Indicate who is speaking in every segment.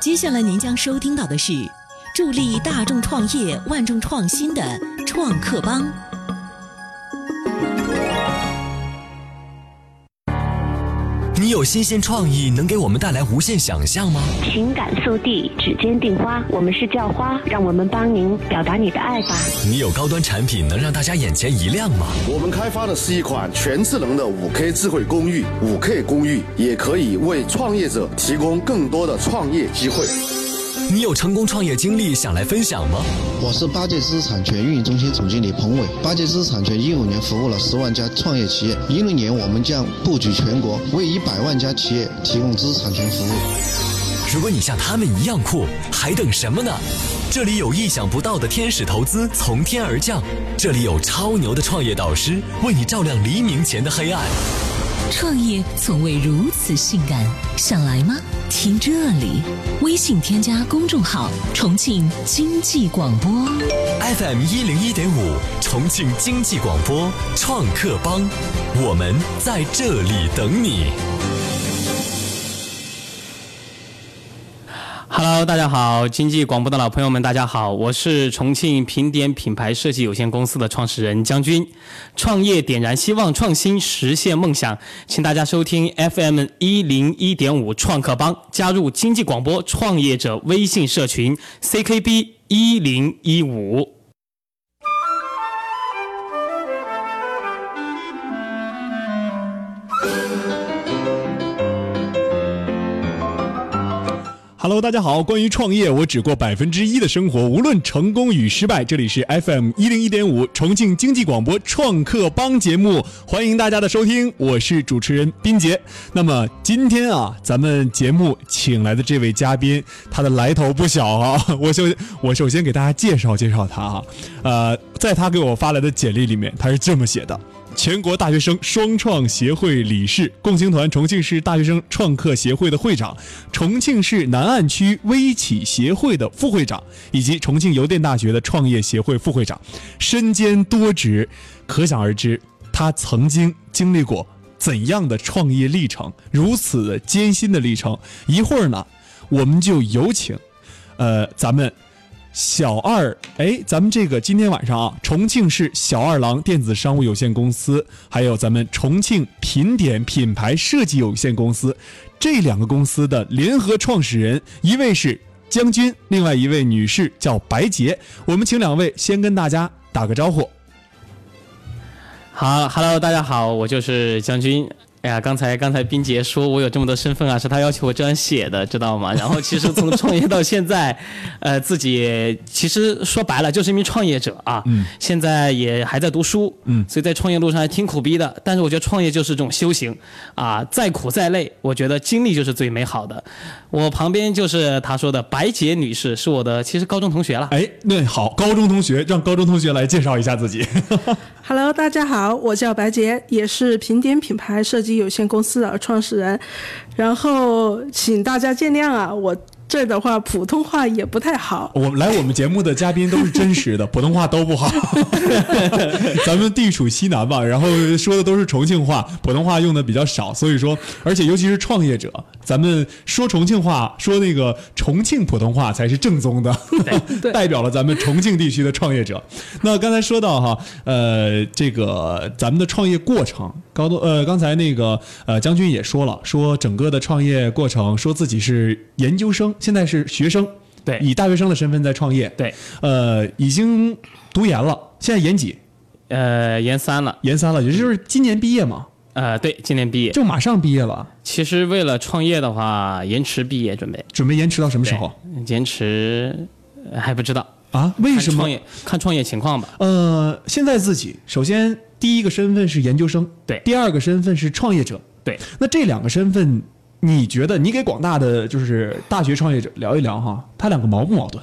Speaker 1: 接下来您将收听到的是助力大众创业、万众创新的创客帮。
Speaker 2: 你有新鲜创意，能给我们带来无限想象吗？
Speaker 3: 情感速递，指尖订花，我们是叫花，让我们帮您表达你的爱吧。
Speaker 2: 你有高端产品，能让大家眼前一亮吗？
Speaker 4: 我们开发的是一款全智能的五 K 智慧公寓，五 K 公寓也可以为创业者提供更多的创业机会。
Speaker 2: 你有成功创业经历想来分享吗？
Speaker 5: 我是八戒知识产权运营中心总经理彭伟。八戒知识产权一五年服务了十万家创业企业，一六年我们将布局全国，为一百万家企业提供知识产权服务。
Speaker 2: 如果你像他们一样酷，还等什么呢？这里有意想不到的天使投资从天而降，这里有超牛的创业导师为你照亮黎明前的黑暗。
Speaker 1: 创业从未如此性感，想来吗？听这里，微信添加公众号“重庆经济广播
Speaker 2: FM 一零一点五，重庆经济广播创客帮，我们在这里等你。
Speaker 6: Hello，大家好，经济广播的老朋友们，大家好，我是重庆平点品牌设计有限公司的创始人江军。创业点燃希望，创新实现梦想，请大家收听 FM 一零一点五创客帮，加入经济广播创业者微信社群 CKB 一零一五。
Speaker 7: Hello，大家好。关于创业，我只过百分之一的生活，无论成功与失败。这里是 FM 一零一点五重庆经济广播创客帮节目，欢迎大家的收听，我是主持人斌杰。那么今天啊，咱们节目请来的这位嘉宾，他的来头不小啊。 我首我首先给大家介绍介绍他啊。呃，在他给我发来的简历里面，他是这么写的。全国大学生双创协会理事，共青团重庆市大学生创客协会的会长，重庆市南岸区微企协会的副会长，以及重庆邮电大学的创业协会副会长，身兼多职，可想而知，他曾经经历过怎样的创业历程，如此的艰辛的历程。一会儿呢，我们就有请，呃，咱们小二，哎，咱们这个今天晚上啊，重庆市小二郎电子商务有限公司，还有咱们重庆品点品牌设计有限公司，这两个公司的联合创始人，一位是江军，另外一位女士叫白洁。我们请两位先跟大家打个招呼。
Speaker 6: 好，Hello，大家好，我就是将军。哎呀，刚才刚才冰姐说我有这么多身份啊，是她要求我这样写的，知道吗？然后其实从创业到现在， 呃，自己其实说白了就是一名创业者啊。
Speaker 7: 嗯。
Speaker 6: 现在也还在读书，
Speaker 7: 嗯
Speaker 6: 所以在创业路上还挺苦逼的。但是我觉得创业就是一种修行啊，再苦再累，我觉得经历就是最美好的。我旁边就是她说的白洁女士，是我的其实高中同学了。
Speaker 7: 哎，那好，高中同学，让高中同学来介绍一下自己。
Speaker 8: Hello，大家好，我叫白洁，也是平点品牌设计有限公司的创始人。然后，请大家见谅啊，我这的话普通话也不太好。
Speaker 7: 我们来我们节目的嘉宾都是真实的，普 通话都不好。咱们地处西南吧，然后说的都是重庆话，普通话用的比较少，所以说，而且尤其是创业者，咱们说重庆话，说那个重庆普通话才是正宗的， 代表了咱们重庆地区的创业者。那刚才说到哈，呃，这个咱们的创业过程，高度呃，刚才那个呃将军也说了，说整个的创业过程，说自己是研究生，现在是学生。
Speaker 6: 对
Speaker 7: 以大学生的身份在创业。
Speaker 6: 对，
Speaker 7: 呃，已经读研了，现在研几？
Speaker 6: 呃，研三了，
Speaker 7: 研三了，也就是今年毕业嘛，
Speaker 6: 呃，对，今年毕业。
Speaker 7: 就马上毕业了，
Speaker 6: 其实为了创业的话，延迟毕业准备，
Speaker 7: 准备延迟到什么时候
Speaker 6: 延迟呃还不知道，
Speaker 7: 啊？为
Speaker 6: 看
Speaker 7: 什么
Speaker 6: 创？业看创业情况吧。
Speaker 7: 呃，现在自己首先第一个身份是研究生，
Speaker 6: 对
Speaker 7: 第二个身份是创业者，
Speaker 6: 对。
Speaker 7: 那这两个身份，你觉得你给广大的就是大学创业者聊一聊哈，他两个矛不矛盾？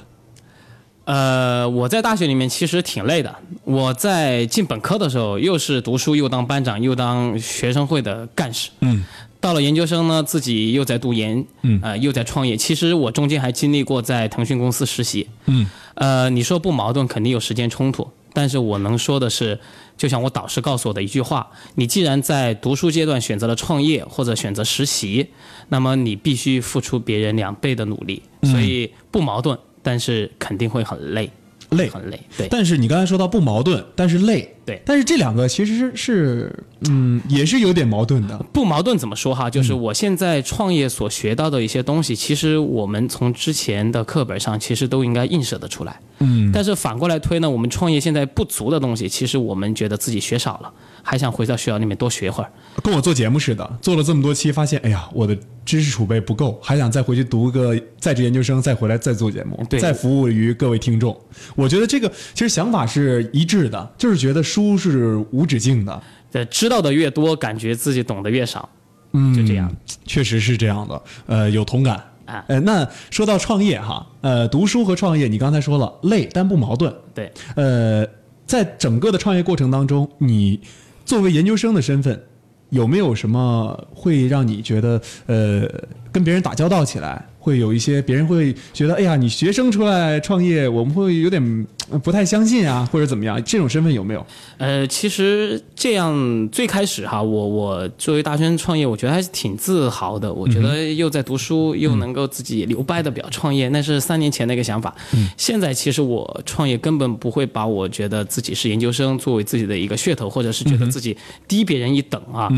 Speaker 6: 呃，我在大学里面其实挺累的。我在进本科的时候，又是读书，又当班长，又当学生会的干事。
Speaker 7: 嗯，
Speaker 6: 到了研究生呢，自己又在读研，
Speaker 7: 嗯
Speaker 6: 呃，又在创业。其实我中间还经历过在腾讯公司实习。
Speaker 7: 嗯，
Speaker 6: 呃，你说不矛盾，肯定有时间冲突。但是我能说的是，就像我导师告诉我的一句话：，你既然在读书阶段选择了创业或者选择实习，那么你必须付出别人两倍的努力，所以不矛盾，但是肯定会很累，
Speaker 7: 累
Speaker 6: 很累。对，
Speaker 7: 但是你刚才说到不矛盾，但是累，
Speaker 6: 对
Speaker 7: 但是这两个其实是是，嗯，也是有点矛盾 的。
Speaker 6: 不矛盾怎么说哈？就是我现在创业所学到的一些东西，其实我们从之前的课本上其实都应该映射得出来。嗯，但是反过来推呢，我们创业现在不足的东西，其实我们觉得自己学少了，还想回到学校里面多学会儿。
Speaker 7: 跟我做节目似的，做了这么多期，发现哎呀，我的知识储备不够，还想再回去读个在职研究生，再回来再做节目，
Speaker 6: 对
Speaker 7: 再服务于各位听众。我觉得这个其实想法是一致的，就是觉得书是无止境的，
Speaker 6: 呃，知道的越多，感觉自己懂得越少。嗯，就这样。
Speaker 7: 确实是这样的，呃，有同感。
Speaker 6: 啊
Speaker 7: 呃，那说到创业哈，呃，读书和创业，你刚才说了累但不矛盾，
Speaker 6: 对，
Speaker 7: 呃，在整个的创业过程当中，你作为研究生的身份，有没有什么会让你觉得呃跟别人打交道起来，会有一些别人会觉得哎呀，你学生出来创业，我们会有点呃不太相信啊，或者怎么样？这种身份有没有？
Speaker 6: 呃，其实这样最开始哈，我我作为大学生创业，我觉得还是挺自豪的。我觉得又在读书，又能够自己留白的表创业，那是三年前的一个想法。现在其实我创业根本不会把我觉得自己是研究生作为自己的一个噱头，或者是觉得自己低别人一等啊。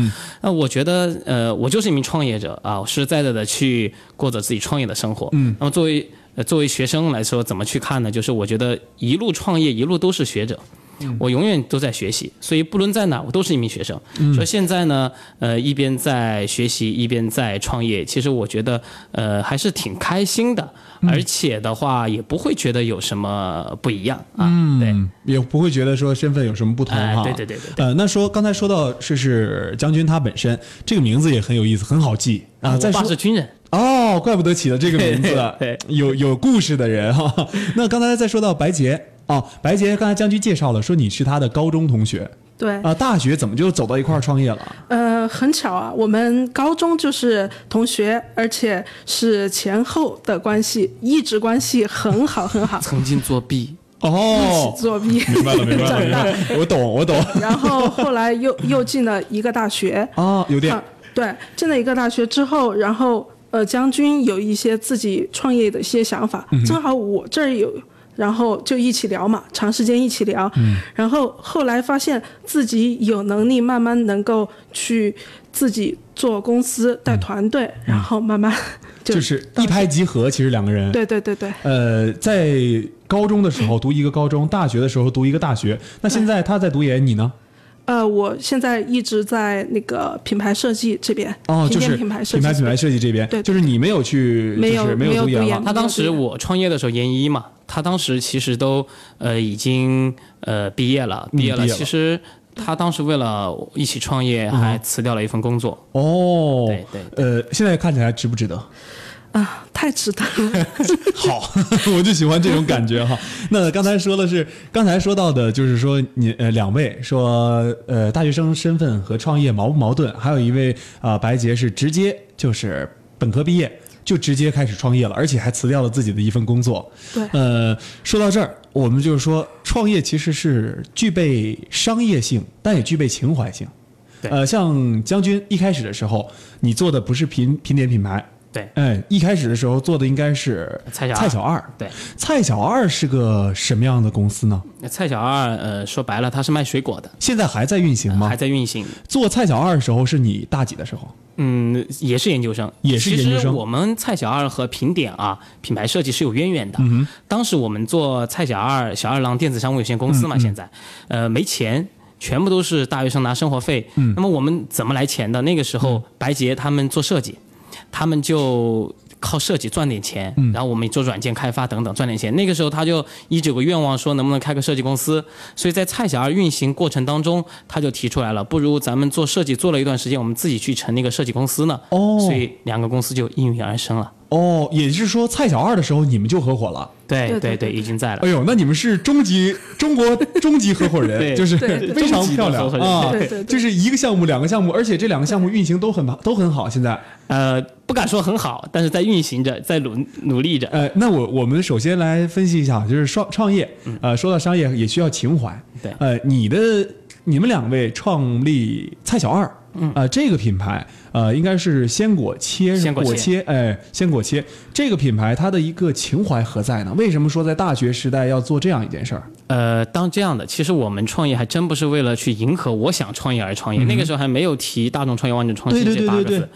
Speaker 6: 那我觉得呃，我就是一名创业者啊，我实实在在的去过着自己创业的生活。嗯，那么作为呃作为学生来说，怎么去看呢？就是我觉得一路创业，一路都是学者。
Speaker 7: 嗯
Speaker 6: 我永远都在学习，所以不论在哪，我都是一名学生。
Speaker 7: 嗯
Speaker 6: 所以现在呢，呃，一边在学习，一边在创业，其实我觉得，呃，还是挺开心的，
Speaker 7: 嗯
Speaker 6: 而且的话，也不会觉得有什么不一样啊。对，
Speaker 7: 嗯，也不会觉得说身份有什么不同
Speaker 6: 哎
Speaker 7: 哈。
Speaker 6: 对对对对对
Speaker 7: 呃，那说刚才说到是是将军他本身这个名字也很有意思，很好记啊。再
Speaker 6: 呃哎我
Speaker 7: 说
Speaker 6: 爸是军人，
Speaker 7: 哦，怪不得起了这个名字，啊
Speaker 6: 对，
Speaker 7: 有有故事的人哈、 那刚才再说到白洁哦，白洁刚才将军介绍了，说你是他的高中同学
Speaker 8: 对
Speaker 7: 啊、，大学怎么就走到一块儿创业了？
Speaker 8: 呃，很巧啊，我们高中就是同学，而且是前后的关系，一直关系很好很好
Speaker 6: 曾经作 弊，
Speaker 7: 哦
Speaker 8: 一起，作弊，
Speaker 7: 明白了，明白了，明白 了，我懂，我懂。
Speaker 8: 然后后来又又进了一个大学，
Speaker 7: 哦，有点
Speaker 8: 啊，对，进了一个大学之后，然后呃，将军有一些自己创业的一些想法，
Speaker 7: 嗯
Speaker 8: 正好我这儿有，然后就一起聊嘛，长时间一起聊，
Speaker 7: 嗯
Speaker 8: 然后后来发现自己有能力，慢慢能够去自己做公司、带团队，然后慢慢就
Speaker 7: 嗯就是一拍即合，其实两个人。
Speaker 8: 对对对对，
Speaker 7: 呃，在高中的时候读一个高中，大学的时候读一个大学。那现在他在读研，你呢？
Speaker 8: 呃，我现在一直在那个品牌设计这边，
Speaker 7: 哦，就
Speaker 8: 平面
Speaker 7: 是
Speaker 8: 嗯品牌设计
Speaker 7: 品牌品牌设计这边，
Speaker 8: 对对
Speaker 7: 就是你没有去，
Speaker 8: 没有
Speaker 7: 就是没
Speaker 8: 没有
Speaker 7: 读研
Speaker 8: 读研
Speaker 7: 了。
Speaker 6: 他当时
Speaker 8: 对
Speaker 6: 我创业的时候研一嘛，他当时其实都呃已经呃毕业了，毕业了。
Speaker 7: 嗯毕业了嗯
Speaker 6: 其实他当时为了一起创业，还辞掉了一份工作。
Speaker 7: 哦，
Speaker 6: 对对
Speaker 7: 呃，现在看起来值不值得？
Speaker 8: 啊，太值得了。
Speaker 7: 好， 我就喜欢这种感觉哈。 那刚才说的是，刚才说到的就是说你呃两位说呃大学生身份和创业矛不矛盾？还有一位啊、呃白洁是直接就是本科毕业就直接开始创业了，而且还辞掉了自己的一份工作。
Speaker 8: 对
Speaker 7: 呃，说到这儿，我们就是说创业其实是具备商业性，但也具备情怀性。
Speaker 6: 对
Speaker 7: 呃，像将军一开始的时候，你做的不是品品点品牌，
Speaker 6: 对，
Speaker 7: 哎，一开始的时候做的应该是
Speaker 6: 蔡小二
Speaker 7: 蔡小二，
Speaker 6: 对，
Speaker 7: 蔡小二是个什么样的公司呢？
Speaker 6: 那蔡小二呃说白了，他是卖水果的，
Speaker 7: 现在还在运行吗？
Speaker 6: 还在运行。
Speaker 7: 做蔡小二的时候是你大几的时候？
Speaker 6: 嗯，也是研究生，
Speaker 7: 也是研究生
Speaker 6: 其实我们蔡小二和品点啊，品牌设计是有渊源
Speaker 7: 嗯
Speaker 6: 的。当时我们做蔡小二小二郎电子商务有限公司嘛，
Speaker 7: 嗯
Speaker 6: 现在，呃，没钱。全部都是大学生拿生活费，
Speaker 7: 嗯
Speaker 6: 那么我们怎么来钱的？那个时候，白洁他们做设计，他们就靠设计赚点钱，然后我们做软件开发等等赚点钱。那个时候他就一直有个愿望说能不能开个设计公司，所以在蔡小二运行过程当中，他就提出来了，不如咱们做设计做了一段时间，我们自己去成立一个设计公司呢。
Speaker 7: 哦
Speaker 6: 所以两个公司就应运而生了。
Speaker 7: 哦，也就是说，蔡小二的时候你们就合伙了。
Speaker 6: 对
Speaker 8: 对
Speaker 6: 对
Speaker 8: 对
Speaker 6: 已经在了
Speaker 7: 哎。呦，那你们是终极中国终极合伙人，
Speaker 6: 对
Speaker 7: 就是
Speaker 8: 对对对
Speaker 7: 非常漂亮
Speaker 6: 终极的合伙人
Speaker 7: 啊
Speaker 8: 对对！对
Speaker 7: 就是一个项目、两个项目，而且这两个项目运行都很都很好。现在，
Speaker 6: 呃，不敢说很好，但是在运行着，在努努力着。
Speaker 7: 呃，那我我们首先来分析一下，就是创创业，呃，说到商业也需要情怀。
Speaker 6: 嗯对
Speaker 7: 呃，你的你们两位创立蔡小二，嗯，呃，这个品牌，呃，应该是鲜果切，是
Speaker 6: 鲜果
Speaker 7: 果
Speaker 6: 切
Speaker 7: 切，哎，鲜果切这个品牌它的一个情怀何在呢？为什么说在大学时代要做这样一件事儿？
Speaker 6: 呃，当这样的，其实我们创业还真不是为了去迎合我想创业而创业，那个时候还没有提大众创业、万众创新
Speaker 7: 嗯对对
Speaker 6: 这八个
Speaker 7: 对对
Speaker 6: 字。
Speaker 7: 对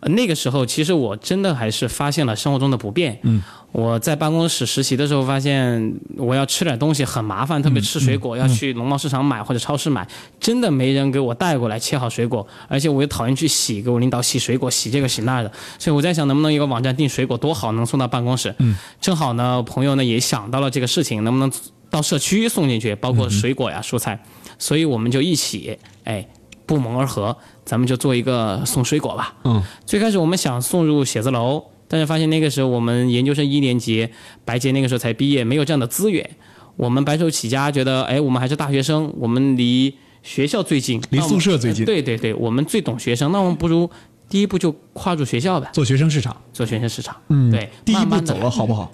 Speaker 6: 呃那个时候，其实我真的还是发现了生活中的不便。嗯，我在办公室实习的时候，发现我要吃点东西很麻烦，特
Speaker 7: 嗯
Speaker 6: 别吃水果、要去农贸市场买或者超市买，真的没人给我带过来切好水果，而且我又讨厌去洗，给我领导洗水果，洗这个洗那的，所以我在想能不能有个网站订水果多好，能送到办公室。嗯，正好呢，朋友呢也想到了这个事情，能不能到社区送进去，包
Speaker 7: 嗯
Speaker 6: 括水果呀、蔬菜，所以我们就一起，哎，不谋而合，咱们就做一个送水果吧。
Speaker 7: 嗯，
Speaker 6: 最开始我们想送入写字楼，但是发现那个时候我们研究生一年级，白洁那个时候才毕业，没有这样的资源。我们白手起家，觉得哎，我们还是大学生，我们离学校最近，
Speaker 7: 离
Speaker 6: 那我们
Speaker 7: 宿舍最近
Speaker 6: 对对对，我们最懂学生，那我们不如第一步就跨入学校吧，
Speaker 7: 做学生市场，
Speaker 6: 做学生市场。
Speaker 7: 嗯
Speaker 6: 对，
Speaker 7: 第一
Speaker 6: 慢
Speaker 7: 步
Speaker 6: 慢地
Speaker 7: 走了好不 好？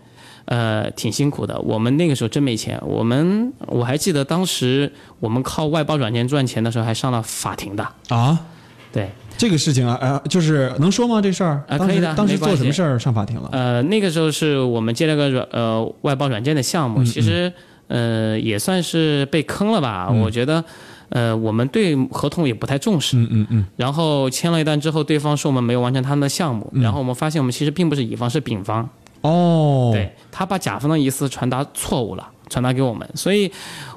Speaker 6: 呃，挺辛苦的。我们那个时候真没钱，我们我还记得当时我们靠外包软件赚钱的时候，还上了法庭的。
Speaker 7: 啊，
Speaker 6: 对，
Speaker 7: 这个事情啊，呃，就是能说吗？这事儿
Speaker 6: 啊
Speaker 7: 当
Speaker 6: 可以
Speaker 7: 时
Speaker 6: 的
Speaker 7: 当时
Speaker 6: 没关
Speaker 7: 做
Speaker 6: 系
Speaker 7: 什么事儿上法庭了？
Speaker 6: 呃，那个时候是我们接了个软呃外包软件的项目，其实呃也算是被坑了吧。我觉得呃我们对合同也不太重视，
Speaker 7: 嗯嗯嗯，
Speaker 6: 然后签了一单之后，对方说我们没有完成他们的项目，然后我们发现我们其实并不是乙方，是丙方。
Speaker 7: 哦，
Speaker 6: 对他把甲方的意思传达错误了，传达给我们，所以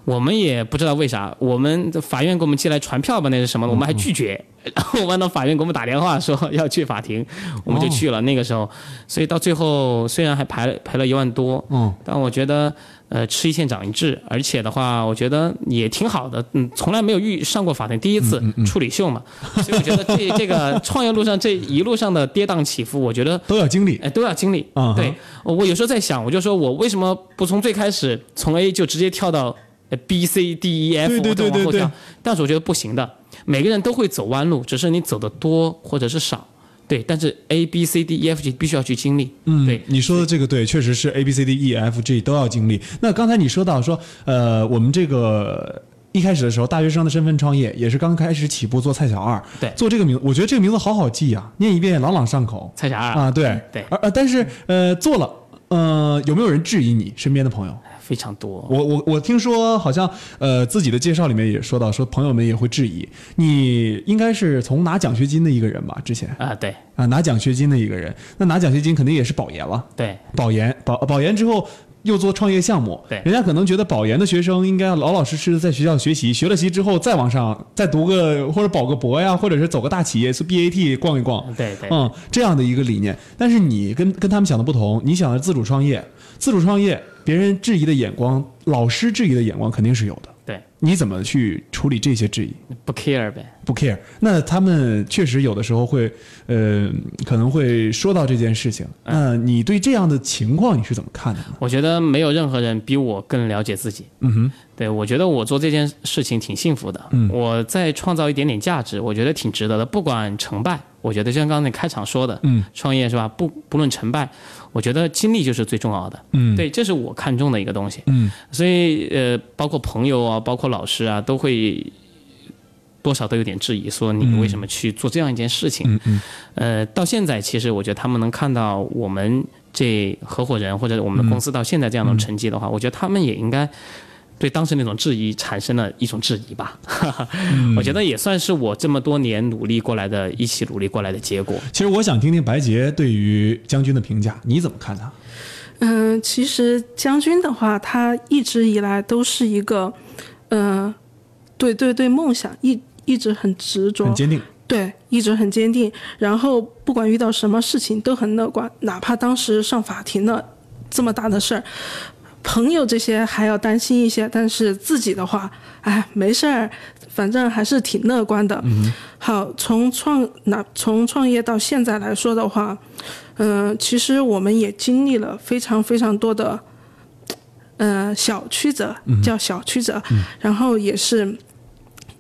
Speaker 6: 我们也不知道为啥，我们法院给我们寄来传票吧，那是什么？我们还拒绝， 然后我们的法院给我们打电话说要去法庭，我们就去了。那个时候，所以到最后虽然还赔赔了一万多，
Speaker 7: 嗯，
Speaker 6: 但我觉得呃吃一堑长一智，而且的话，我觉得也挺好的，嗯，从来没有遇上过法庭，第一次处理秀嘛，所以我觉得这这个创业路上这一路上的跌宕起伏，我觉得
Speaker 7: 都要经历。
Speaker 6: 哎，都要经历。
Speaker 7: 嗯哼
Speaker 6: 对，我我有时候在想，我就说我为什么不从最开始从 A 就直接跳到呃 B、C、D、E、F，
Speaker 7: 对对对
Speaker 6: 我再往后
Speaker 7: 对对
Speaker 6: 跳？但是我觉得不行的，每个人都会走弯路，只是你走的多或者是少。对，但是 A、B、C、D、E、F 就必须要去经历。嗯对，
Speaker 7: 你说的这个对，确实是 A B C D E F G 都要经历。那刚才你说到说，呃，我们这个一开始的时候，大学生的身份创业，也是刚开始起步做蔡小二，
Speaker 6: 对
Speaker 7: 做这个名字，我觉得这个名字好好记啊，念一遍朗朗上口。
Speaker 6: 蔡小二
Speaker 7: 啊，对
Speaker 6: 嗯对
Speaker 7: 而呃，但是呃，做了，呃，有没有人质疑你身边的朋友？
Speaker 6: 非常多。
Speaker 7: 我我我听说好像呃自己的介绍里面也说到，说朋友们也会质疑你应该是从拿奖学金的一个人吧？之前
Speaker 6: 啊，对
Speaker 7: 啊拿奖学金的一个人，那拿奖学金肯定也是保研了，
Speaker 6: 对，
Speaker 7: 保研保保研之后。又做创业项目，
Speaker 6: 对
Speaker 7: 人家可能觉得保研的学生应该要老老实实的在学校学习，学了习之后再往上，再读个或者保个博呀，或者是走个大企业去 BAT 逛一逛，
Speaker 6: 对对
Speaker 7: 嗯，这样的一个理念。但是你跟跟他们想的不同，你想的自主创业，自主创业，别人质疑的眼光，老师质疑的眼光肯定是有的。
Speaker 6: 对，
Speaker 7: 你怎么去处理这些质疑？
Speaker 6: 不 care 呗。
Speaker 7: 不 care。那他们确实有的时候会，呃，可能会说到这件事情。那你对这样的情况你是怎么看的呢？
Speaker 6: 我觉得没有任何人比我更了解自己。
Speaker 7: 嗯哼，
Speaker 6: 对，我觉得我做这件事情挺幸福的。
Speaker 7: 嗯
Speaker 6: 我在创造一点点价值，我觉得挺值得的。不管成败，我觉得就像刚才开场说的，
Speaker 7: 嗯，
Speaker 6: 创业是吧？不，不论成败，我觉得经历就是最重要的。
Speaker 7: 嗯，，
Speaker 6: 对，这是我看重的一个东西。
Speaker 7: 嗯，
Speaker 6: 所以呃，包括朋友啊，包括老师啊，都会多少都有点质疑，说你为什么去做这样一件事情？
Speaker 7: 嗯嗯
Speaker 6: 呃，到现在其实我觉得他们能看到我们这合伙人或者我们的公司到现在这样的成绩的话，我觉得他们也应该对当时那种质疑产生了一种质疑吧。 我觉得也算是我这么多年努力过来的，一起努力过来的结果。
Speaker 7: 其实我想听听白洁对于将军的评价，你怎么看他？
Speaker 8: 嗯，其实将军的话，他一直以来都是一个，嗯、对对对，梦想一一直很执着，
Speaker 7: 很坚定。
Speaker 8: 对，一直很坚定。然后不管遇到什么事情都很乐观，哪怕当时上法庭了这么大的事儿，朋友这些还要担心一些，但是自己的话，哎，没事儿，反正还是挺乐观的。好，从创哪从创业到现在来说的话，嗯、其实我们也经历了非常非常多的，呃，小曲折，叫小曲折，然后也是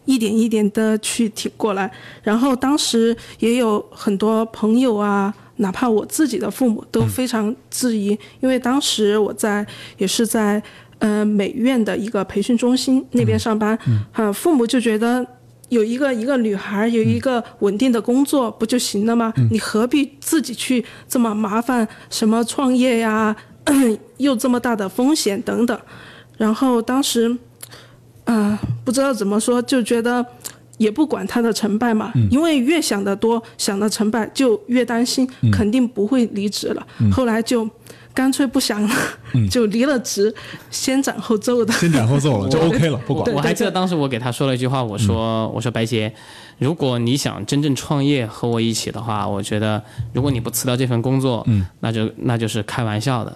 Speaker 8: 一点一点的去挺过来。然后当时也有很多朋友啊，哪怕我自己的父母都非常质疑，因为当时我在也是在呃美院的一个培训中心那边上班，呃，父母就觉得。有一个一个女孩儿有一个稳定的工作不就行了吗？你何必自己去这么麻烦什么创业呀， 又这么大的风险等等。然后当时，啊、不知道怎么说，就觉得也不管他的成败嘛，因为越想得多，想的成败就越担心，肯定不会离职了。后来就干脆不想了， 就离了职，先斩后奏的。
Speaker 7: 先斩后奏了，就 OK 了，不管。
Speaker 6: 我还记得当时我给他说了一句话，
Speaker 7: 嗯
Speaker 6: 我说：“我说白洁，如果你想真正创业和我一起的话，我觉得如果你不辞掉这份工作，
Speaker 7: 嗯
Speaker 6: 那就那就是开玩笑的。”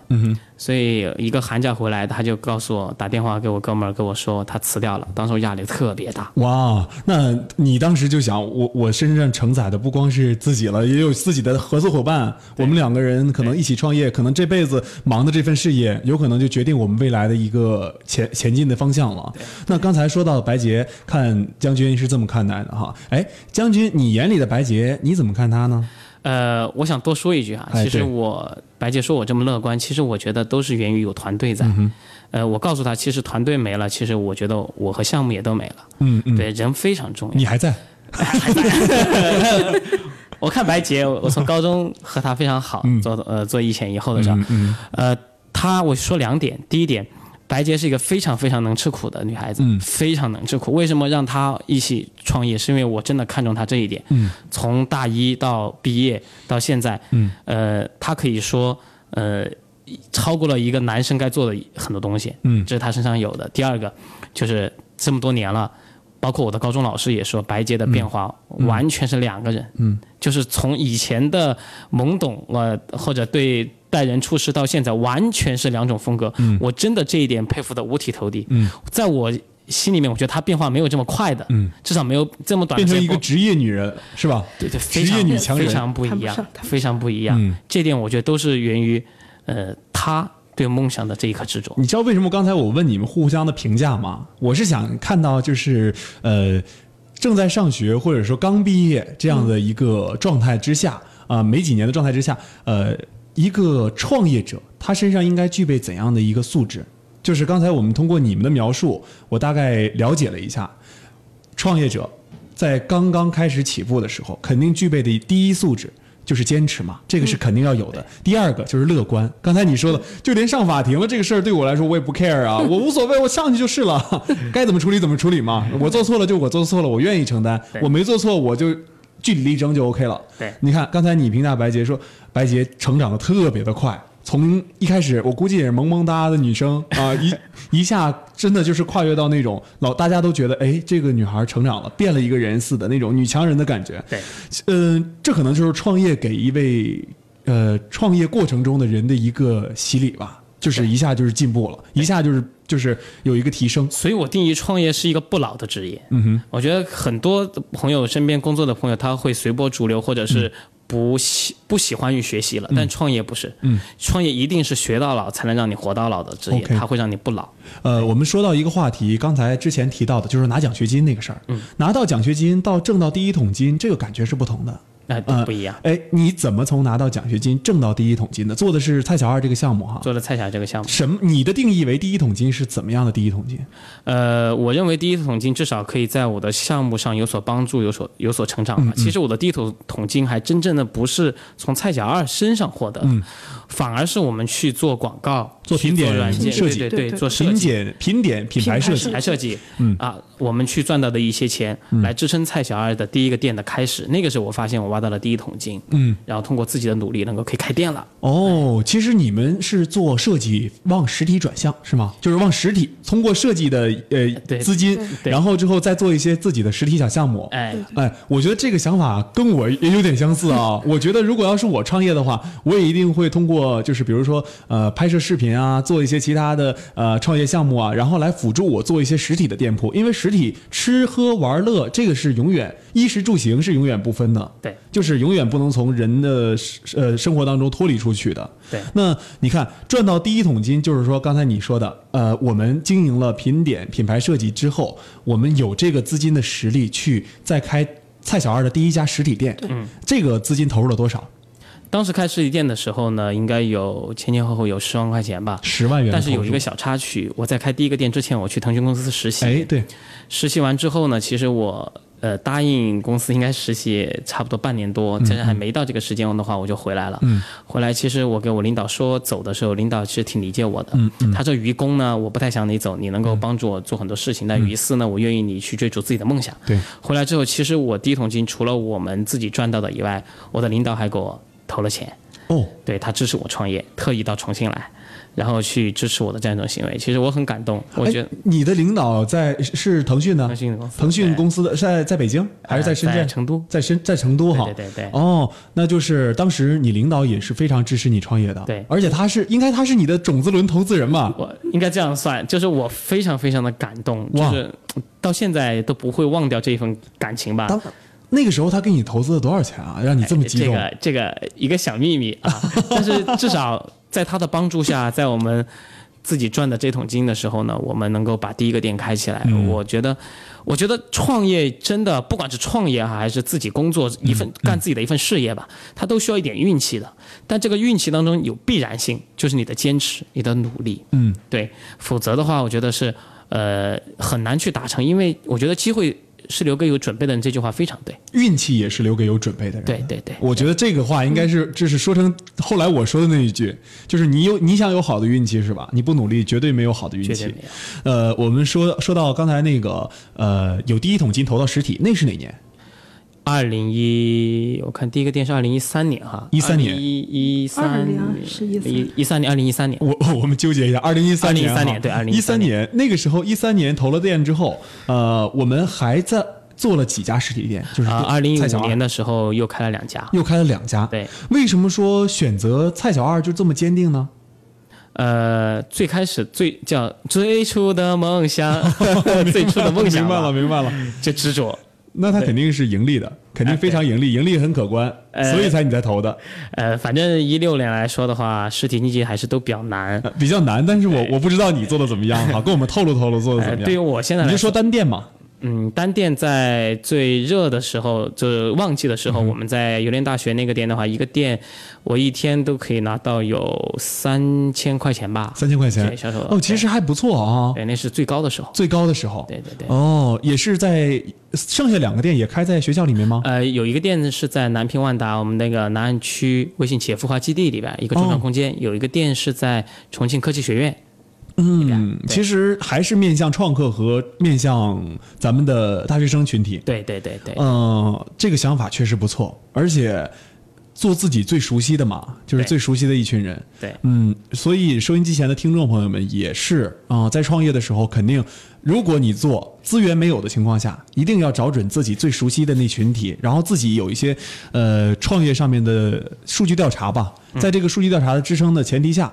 Speaker 6: 所以一个寒假回来，他就告诉我打电话给我哥们儿跟我说他辞掉了，当时我压力特别大。
Speaker 7: 哇，那你当时就想，我我身上承载的不光是自己了，也有自己的合作伙伴。我们两个人可能一起创业，可能这辈子忙的这份事业，有可能就决定我们未来的一个前 前进的方向了。那刚才说到白洁，看将军是这么看待的哈。哎，将军，你眼里的白洁，你怎么看她呢？
Speaker 6: 呃，我想多说一句哈，
Speaker 7: 哎
Speaker 6: 其实
Speaker 7: 对
Speaker 6: 我白姐说我这么乐观，其实我觉得都是源于有团队在。
Speaker 7: 嗯
Speaker 6: 呃，我告诉他，其实团队没了，其实我觉得我和项目也都没了。
Speaker 7: 嗯嗯，
Speaker 6: 对，人非常重要。
Speaker 7: 你还在。
Speaker 6: 我看白洁，我我从高中和她非常好，做呃做一前一后的事儿。呃，她我说两点，第一点，白洁是一个非常非常能吃苦的女孩子，非常能吃苦。为什么让她一起创业？是因为我真的看中她这一点。从大一到毕业到现在，
Speaker 7: 嗯
Speaker 6: 呃，她可以说呃。超过了一个男生该做的很多东西，嗯，这是她身上有的。第二个就是这么多年了，包括我的高中老师也说，白洁的变化
Speaker 7: 嗯
Speaker 6: 完全是两个人，嗯，就是从以前的懵懂呃或者对待人处事到现在，完全是两种风格。嗯，我真的这一点佩服的五体投地。嗯，在我心里面，我觉得她变化没有这么快的，嗯，至少没有这么短的
Speaker 7: 变
Speaker 6: 时
Speaker 7: 成
Speaker 6: 间
Speaker 7: 一个
Speaker 6: 不
Speaker 7: 职业女人是吧？
Speaker 6: 对对，
Speaker 7: 职
Speaker 6: 非
Speaker 7: 业
Speaker 6: 常
Speaker 7: 女强人
Speaker 6: 非常不一
Speaker 8: 谈不上
Speaker 6: 样
Speaker 8: 谈，不上
Speaker 6: 非常不一样。
Speaker 7: 嗯
Speaker 6: 这点我觉得都是源于呃她对梦想的这一颗执着。
Speaker 7: 你知道为什么刚才我问你们互相的评价吗？我是想看到就是呃，正在上学或者说刚毕业这样的一个状态之下啊、没几年的状态之下，呃，一个创业者他身上应该具备怎样的一个素质？就是刚才我们通过你们的描述，我大概了解了一下，创业者在刚刚开始起步的时候，肯定具备的第一素质就是坚持嘛，这个是肯定要有的。第二个就是乐观。刚才你说的，就连上法庭了这个事儿，对我来说我也不 care 啊，我无所谓，我上去就是了，该怎么处理怎么处理嘛。我做错了就我做错了，我愿意承担；
Speaker 6: 对
Speaker 7: 我没做错，我就。据理力争就 OK 了。
Speaker 6: 对
Speaker 7: 你看刚才你评价白洁说，白洁成长的特别的快，从一开始我估计也是萌萌哒的女 生啊、一一下真的就是跨越到那种老大家都觉得，哎，这个女孩成长了，变了一个人似的那种女强人的感觉。
Speaker 6: 对，
Speaker 7: 嗯、这可能就是创业给一位呃创业过程中的人的一个洗礼吧，就是一下就是进步了，一下就是就是有一个提升。
Speaker 6: 所以我定义创业是一个不老的职业。嗯哼，我觉得很多朋友身边工作的朋友，他会随波逐流，或者是不喜、不喜欢于学习了，但创业不是。嗯，创业一定是学到老才能让你活到老的职业，
Speaker 7: OK
Speaker 6: 它会让你不老。
Speaker 7: 呃，我们说到一个话题，刚才之前提到的就是拿奖学金那个事儿。
Speaker 6: 嗯
Speaker 7: 拿到奖学金到挣到第一桶金，这个感觉是不同的。
Speaker 6: 那
Speaker 7: 呃，
Speaker 6: 不一样。
Speaker 7: 哎，你怎么从拿到奖学金挣到第一桶金的？做的是蔡小二这个项目哈。
Speaker 6: 做了蔡霞这个项目，
Speaker 7: 什么？你的定义为第一桶金是怎么样的第一桶金？
Speaker 6: 呃，我认为第一桶金至少可以在我的项目上有所帮助，有所有所成长
Speaker 7: 嗯
Speaker 6: 吧。其实我的第一桶桶金还真正的不是从蔡小二身上获得的，反而是我们去做广告、
Speaker 7: 嗯做
Speaker 6: 去
Speaker 7: 评点
Speaker 6: 软件
Speaker 7: 设计
Speaker 6: 对对
Speaker 8: 对对
Speaker 6: 做设
Speaker 7: 品
Speaker 6: 计。
Speaker 7: 点品点品牌设计嗯
Speaker 6: 品牌设计，嗯啊，我们去赚到的一些钱，来支撑蔡小二的第一个店的开始，那个是我发现我挖到了第一桶金，嗯，然后通过自己的努力，能够可以开店了。
Speaker 7: 哦，其实你们是做设计往实体转向是吗？就是往实体，通过设计的呃
Speaker 6: 对
Speaker 7: 资金，
Speaker 6: 对
Speaker 7: 然后之后再做一些自己的实体小项目。
Speaker 6: 哎，
Speaker 7: 哎，我觉得这个想法跟我也有点相似啊。我觉得如果要是我创业的话，我也一定会通过就是比如说呃拍摄视频啊，做一些其他的呃创业项目啊，然后来辅助我做一些实体的店铺，因为实体吃喝玩乐这个是永远衣食住行是永远不分的，
Speaker 6: 对
Speaker 7: 就是永远不能从人的呃生活当中脱离出去的。
Speaker 6: 对
Speaker 7: 那你看赚到第一桶金，就是说刚才你说的，呃，我们经营了品点品牌设计之后，我们有这个资金的实力去再开蔡小二的第一家实体店，嗯，这个资金投入了多少？
Speaker 6: 当时开实体店的时候呢，应该有前前后后有十万块钱吧。
Speaker 7: 十万元的
Speaker 6: 但
Speaker 7: 投
Speaker 6: 是
Speaker 7: 入。
Speaker 6: 有一个小插曲，我在开第一个店之前，我去腾讯公司实习。
Speaker 7: 哎，对，
Speaker 6: 实习完之后呢，其实我呃答应公司应该实习差不多半年多，但是还没到这个时间的话，我就回来了。嗯，回来其实我给我领导说走的时候，领导其实挺理解我的。嗯嗯，他说愚公呢，我不太想你走，你能够帮助我做很多事情，但于私呢，我愿意你去追逐自己的梦想。
Speaker 7: 对，
Speaker 6: 回来之后，其实我第一桶金除了我们自己赚到的以外，我的领导还给我投了钱。
Speaker 7: 哦，
Speaker 6: 对他支持我创业，特意到重庆来，然后去支持我的这样一种行为，其实我很感动。我
Speaker 7: 哎
Speaker 6: 觉得
Speaker 7: 你的领导在是是腾讯呢？
Speaker 6: 腾讯的公司呃
Speaker 7: 腾讯公司的是在在北京还是在深圳？
Speaker 6: 在成都
Speaker 7: 在深在成都哈。
Speaker 6: 对对对对
Speaker 7: 哦，那就是当时你领导也是非常支持你创业的。
Speaker 6: 对
Speaker 7: 而且他是应该他是你的种子轮投资人吧？
Speaker 6: 我应该这样算，就是我非常非常的感动，就
Speaker 7: 哇
Speaker 6: 是到现在都不会忘掉这一份感情吧。
Speaker 7: 当那个时候他给你投资了多少钱啊？让你这么激
Speaker 6: 哎这
Speaker 7: 动？
Speaker 6: 个这个一个小秘密啊， 但是至少在他的帮助下，在我们自己赚的这桶金的时候呢，我们能够把第一个店开起来。
Speaker 7: 嗯
Speaker 6: 我觉得，我觉得创业真的，不管是创业啊，还是自己工作
Speaker 7: 嗯
Speaker 6: 一份、干自己的一份事业吧，它都需要一点运气的。但这个运气当中有必然性，就是你的坚持、你的努力。
Speaker 7: 嗯，
Speaker 6: 对，否则的话，我觉得是呃很难去达成，因为我觉得机会是留给有准备的人。这句话非常对。
Speaker 7: 运气也是留给有准备的人。
Speaker 6: 对对对
Speaker 7: 我觉得这个话应该是， 这是说成后来我说的那一句，就是你有你想有好的运气是吧？你不努力，绝对没有好的运
Speaker 6: 绝
Speaker 7: 气
Speaker 6: 对没。
Speaker 7: 呃，我们说说到刚才那个呃，有第一桶金投到实体，那是哪年？
Speaker 6: 二零一，我看第一个店是二零一三年哈，
Speaker 7: 13年
Speaker 6: 一一三
Speaker 8: 2013
Speaker 6: 一一三年，二零一三年，
Speaker 7: 我 我们纠结一下，二零一三年哈，
Speaker 6: 2013年对
Speaker 7: 一
Speaker 6: 2013
Speaker 7: 三年那个时候，一三年投了店之后，呃，我们还在做了几家实体店，就是
Speaker 6: 啊，二零一
Speaker 7: 嗯蔡小
Speaker 6: 五
Speaker 7: 二
Speaker 6: 年的时候又开了两家，
Speaker 7: 又开了两家。
Speaker 6: 对，
Speaker 7: 为什么说选择蔡小二就这么坚定呢？
Speaker 6: 呃，最开始最叫最初的梦想， 最初的梦想
Speaker 7: 明白
Speaker 6: 吧
Speaker 7: 了，，明白了。
Speaker 6: 就执着。
Speaker 7: 那它肯定是盈利的，肯定非常盈利，盈利很可观，
Speaker 6: 哎呃
Speaker 7: 所以才你才投的，嗯
Speaker 6: 呃，反正一六年来说的话，实体经济还是都比较难。
Speaker 7: 呃比较难。但是我我不知道你做的怎么样 哈，跟我们透露透露做的怎
Speaker 6: 呃，
Speaker 7: 么
Speaker 6: 哎对于
Speaker 7: 样。
Speaker 6: 我现在
Speaker 7: 你
Speaker 6: 来
Speaker 7: 就说单店嘛，
Speaker 6: 嗯，单店在最热的时候，就是旺季的时
Speaker 7: 嗯
Speaker 6: 候，我们在邮电大学那个店的话，一个店我一天都可以拿到有三千块钱吧，
Speaker 7: 三千块钱
Speaker 6: 对销售额
Speaker 7: 哦，其实还不错啊，
Speaker 6: 对，那是最高的时候。
Speaker 7: 最高的时候。
Speaker 6: 对对对
Speaker 7: 哦，也是在剩下两个店也开在学校里面吗？
Speaker 6: 呃，有一个店是在南平万达，我们那个南岸区微信企业孵化基地里边一个中
Speaker 7: 哦
Speaker 6: 创空间；有一个店是在重庆科技学院。
Speaker 7: 嗯，其实还是面向创客和面向咱们的大学生群体。
Speaker 6: 对对对对，
Speaker 7: 嗯，这个想法确实不错，而且做自己最熟悉的嘛，就是
Speaker 6: 对
Speaker 7: 最熟悉的一群人。
Speaker 6: 对
Speaker 7: 嗯，所以收音机前的听众朋友们也是啊、呃在创业的时候，肯定如果你做资源没有的情况下，一定要找准自己最熟悉的那群体，然后自己有一些呃创业上面的数据调查吧，
Speaker 6: 嗯
Speaker 7: 在这个数据调查的支撑的前提下。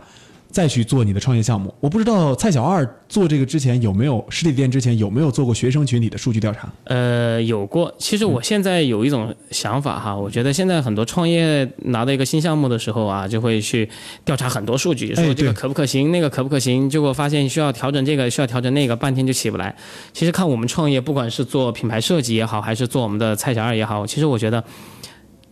Speaker 7: 再去做你的创业项目，我不知道蔡小二做这个之前有没有实体店之前有没有做过学生群体的数据调查？
Speaker 6: 呃，有过。其实
Speaker 7: 嗯
Speaker 6: 我现在有一种想法哈，我觉得现在很多创业拿到一个新项目的时候啊，就会去调查很多数据，
Speaker 7: 哎
Speaker 6: 说这
Speaker 7: 对
Speaker 6: 个可不可行，那个可不可行，结果发现需要调整这个，需要调整那个，半天就起不来。其实看我们创业，不管是做品牌设计也好，还是做我们的蔡小二也好，其实我觉得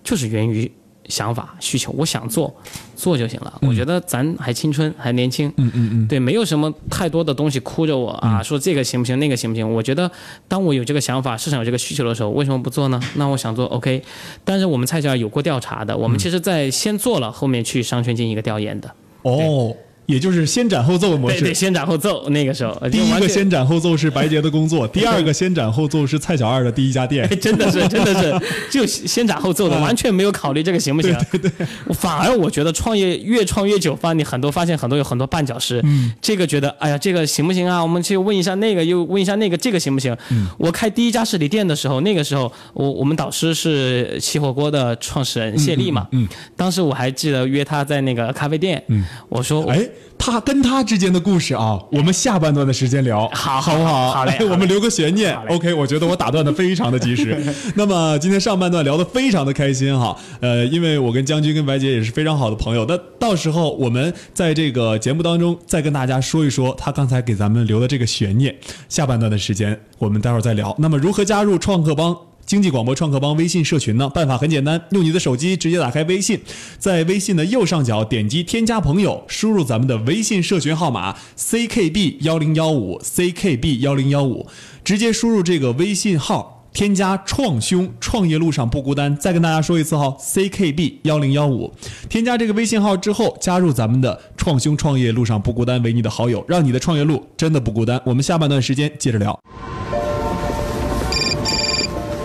Speaker 6: 就是源于。想法需求，我想做，做就行了。
Speaker 7: 嗯
Speaker 6: 我觉得咱还青春，还年轻，嗯嗯嗯，对，没有什么太多的东西哭着我
Speaker 7: 嗯
Speaker 6: 啊，说这个行不行，那个行不行？我觉得当我有这个想法，市场有这个需求的时候，为什么不做呢？那我想做，OK。但是我们蔡小二有过调查的，
Speaker 7: 嗯
Speaker 6: 我们其实在先做了，后面去商圈进行一个调研的。
Speaker 7: 哦，也就是先斩后奏的模
Speaker 6: 对
Speaker 7: 式。
Speaker 6: 对，先斩后奏，那个时候
Speaker 7: 第一个。
Speaker 6: 就完全。
Speaker 7: 先斩后奏是白洁的工作，第二个先斩后奏是蔡小二的第一家店
Speaker 6: 真的是，真的是，就先斩后奏的，完全没有考虑这个行不行。啊对对反而我觉得创业越创越久，发现你很多发现很多有很多绊脚石。嗯，这个觉得，哎呀，这个行不行啊？我们去问一下那个，又问一下那个，这个行不行？嗯，我开第一家实体店的时候，那个时候我我们导师是七火锅嗯的创始人谢丽嘛，嗯，当时我还记得约他在那个咖啡店，嗯，我说，
Speaker 7: 哎，他跟他之间的故事啊，我们下半段的时间聊，
Speaker 6: 好
Speaker 7: 好不好？
Speaker 6: 好嘞
Speaker 7: 哎
Speaker 6: 好嘞
Speaker 7: 我们留个悬念
Speaker 6: 好。嘞
Speaker 7: OK，我觉得我打断的非常的及 时。那么今天上半段聊的非常的开心哈，呃，因为我跟将军跟白姐也是非常好的朋友，那到时候我们在这个节目当中再跟大家说一说他刚才给咱们留的这个悬念。下半段的时间我们待会儿再聊。那么如何加入创客帮？经济广播创客帮微信社群呢？办法很简单，用你的手机直接打开微信，在微信的右上角点击添加朋友，输入咱们的微信社群号码 ckb 幺零幺五 ckb 幺零幺五，直接输入这个微信号。添加创兄，创业路上不孤单。再跟大家说一次哈，CKB 幺零幺五，添加这个微信号之后，加入咱们的创兄创业路上不孤单为你的好友，让你的创业路真的不孤单。我们下半段时间接着聊。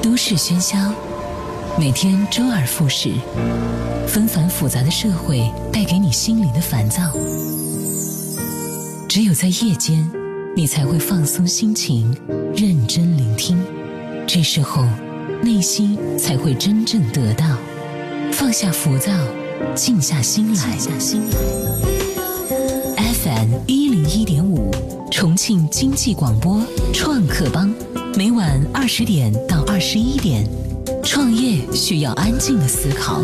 Speaker 1: 都市喧嚣，每天周而复始，纷繁复杂的社会带给你心灵的烦躁。只有在夜间，你才会放松心情，认真聆听，这时候内心才会真正得到放下浮躁，静下心来。FM 一零一点五，重庆经济广播创客帮，每晚二十点到二十一点。创业需要安静的思考，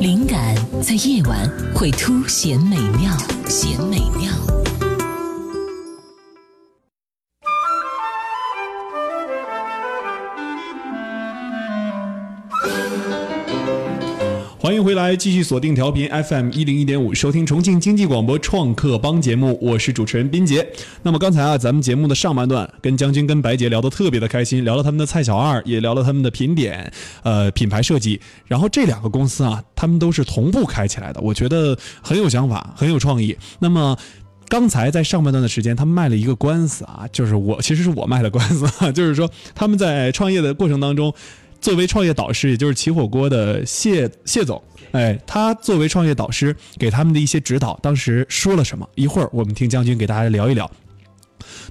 Speaker 1: 灵感在夜晚会凸显美妙，显美妙。
Speaker 7: 欢迎回来，继续锁定调频 FM 一零一点五，收听重庆经济广播创客帮节目，我是主持人斌杰。那么刚才啊，咱们节目的上半段跟将军、跟白杰聊得特别的开心，聊了他们的蔡小二，也聊了他们的品点，呃，品牌设计。然后这两个公司啊，他们都是同步开起来的，我觉得很有想法，很有创意。那么刚才在上半段的时间，他们卖了一个官司啊，就是我其实是我卖的官司啊， 就是说他们在创业的过程当中，作为创业导师，也就是起火锅的谢谢总，哎，他作为创业导师给他们的一些指导，当时说了什么？一会儿我们听将军给大家聊一聊。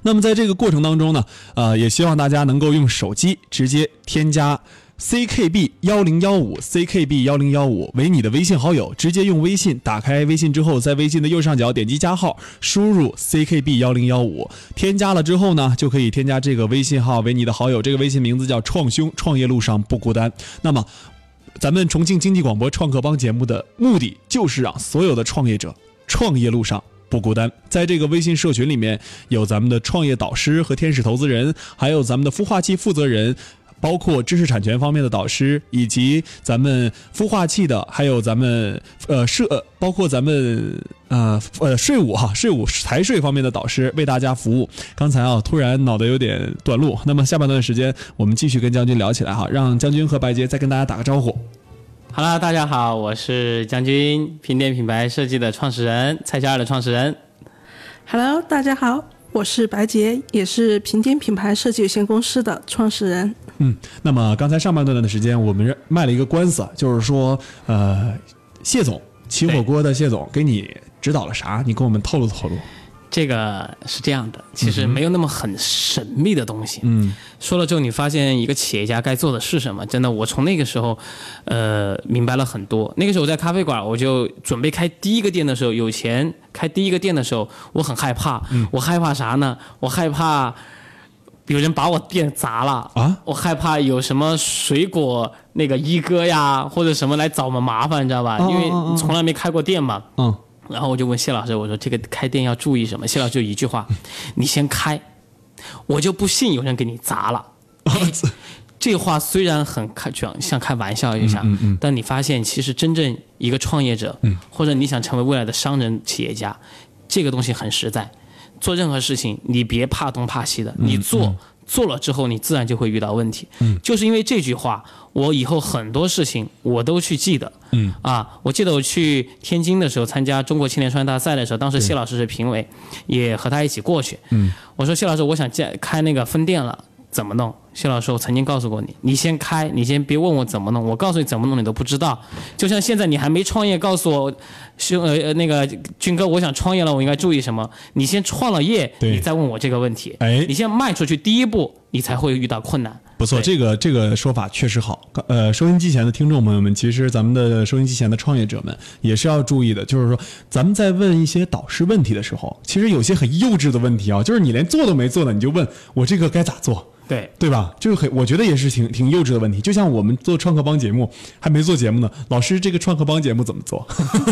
Speaker 7: 那么在这个过程当中呢，呃，也希望大家能够用手机直接添加 CKB 幺零幺五 CKB 幺零幺五为你的微信好友，直接用微信打开微信之后，在微信的右上角点击加号，输入 CKB 幺零幺五，添加了之后呢，就可以添加这个微信号为你的好友，这个微信名字叫创兄，创业路上不孤单。那么咱们重庆经济广播创客帮节目的目的就是让所有的创业者创业路上不孤单。在这个微信社群里面，有咱们的创业导师和天使投资人，还有咱们的孵化器负责人。包括知识产权方面的导师，以及咱们孵化器的，还有咱们呃社，呃包括咱们呃呃税务哈、税务财税方面的导师为大家服务。刚才啊，突然脑袋有点短路，那么下半段时间我们继续跟将军聊起来哈，让将军和白洁再跟大家打个招呼。
Speaker 6: 好了，大家好，我是将军，平点品牌设计的创始人，蔡小二的创始人。
Speaker 8: Hello，大家好，我是白洁，也是平点品牌设计有限公司的创始人。
Speaker 7: 嗯，那么刚才上半段的时间，我们卖了一个官司，就是说，呃，谢总，起火锅的谢总给你指导了啥？你跟我们透露透露。
Speaker 6: 这个是这样的，其实没有那么很神秘的东西。
Speaker 7: 嗯，
Speaker 6: 说了之后，你发现一个企业家该做的是什么。真的，我从那个时候，呃，明白了很多。那个时候我在咖啡馆，我就准备开第一个店的时候，有钱开第一个店的时候，我很害怕。
Speaker 7: 嗯
Speaker 6: 我害怕啥呢？我害怕有人把我店砸了
Speaker 7: 啊！
Speaker 6: 我害怕有什么水果那个一哥呀，或者什么来找我们麻烦，你知道吧？
Speaker 7: 哦
Speaker 6: 因为
Speaker 7: 哦哦哦
Speaker 6: 从来没开过店嘛。
Speaker 7: 嗯，
Speaker 6: 然后我就问谢老师，我说这个开店要注意什么？谢老师就一句话：你先开，我就不信有人给你砸了。这话虽然很开像像开玩笑一样，但你发现其实真正一个创业者，或者你想成为未来的商人、企业家，这个东西很实在。做任何事情，你别怕东怕西的，你做、做了之后，你自然就会遇到问题。就是因为这句话，我以后很多事情我都去记得。嗯啊，我记得我去天津的时候参加中国青年创业大赛的时候，当时谢老师是评委，也和他一起过去。嗯，我说谢老师，我想建开那个分店了。怎么弄？谢老师，我曾经告诉过你，你先开，你先别问我怎么弄，我告诉你怎么弄，你都不知道。就像现在你还没创业，告诉我，兄呃呃那个军哥，我想创业了，我应该注意什么？你先创了业，
Speaker 7: 对
Speaker 6: 你再问我这个问题。
Speaker 7: 哎
Speaker 6: 你先迈出去第一步，你才会遇到困难。
Speaker 7: 不错，
Speaker 6: 对
Speaker 7: 这个这个说法确实好。呃，收音机前的听众朋友们，其实咱们的收音机前的创业者们也是要注意的，就是说咱们在问一些导师问题的时候，其实有些很幼稚的问题啊，就是你连做都没做呢，你就问我这个该咋做？
Speaker 6: 对
Speaker 7: 对吧？就是很，我觉得也是挺挺幼稚的问题。就像我们做创客帮节目，还没做节目呢，老师这个创客帮节目怎么做？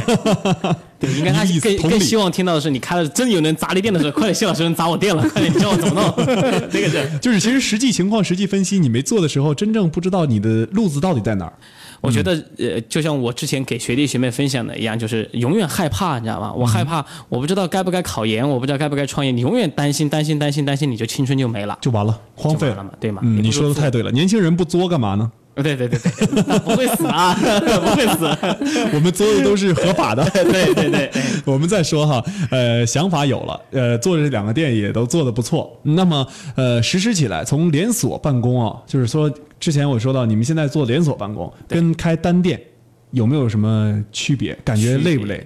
Speaker 6: 对，应该他
Speaker 7: 一个 意思
Speaker 6: 更
Speaker 7: 同
Speaker 6: 更
Speaker 7: 理
Speaker 6: 希望听到的是，你开了真有人砸你店的时候，快点，谢老师人砸我店了，快点，你教我怎么弄。这个是
Speaker 7: 就是其实实际情况实际分析，你没做的时候，真正不知道你的路子到底在哪儿。
Speaker 6: 我觉得呃，就像我之前给学弟学妹分享的一样，就是永远害怕，你知道吗？我害怕，我不知道该不该考研，我不知道该不该创业，你永远担心，担心，担心，担心，你就青春就没了，
Speaker 7: 就完了，荒废
Speaker 6: 就完了嘛对嘛
Speaker 7: 嗯，
Speaker 6: 你
Speaker 7: 你
Speaker 6: 不
Speaker 7: 说
Speaker 6: 如
Speaker 7: 的太对了，年轻人不作干嘛呢？
Speaker 6: 呃对对对对，那不会死啊，不会死。
Speaker 7: 我们作的都是合法的。
Speaker 6: 对对对，哎
Speaker 7: 我们再说哈，呃，想法有了，呃，做这两个店也都做得不错。那么，呃，实施起来，从连锁办公啊，就是说，之前我说到，你们现在做连锁办公，跟开单店有没有什么区别？感觉累不累？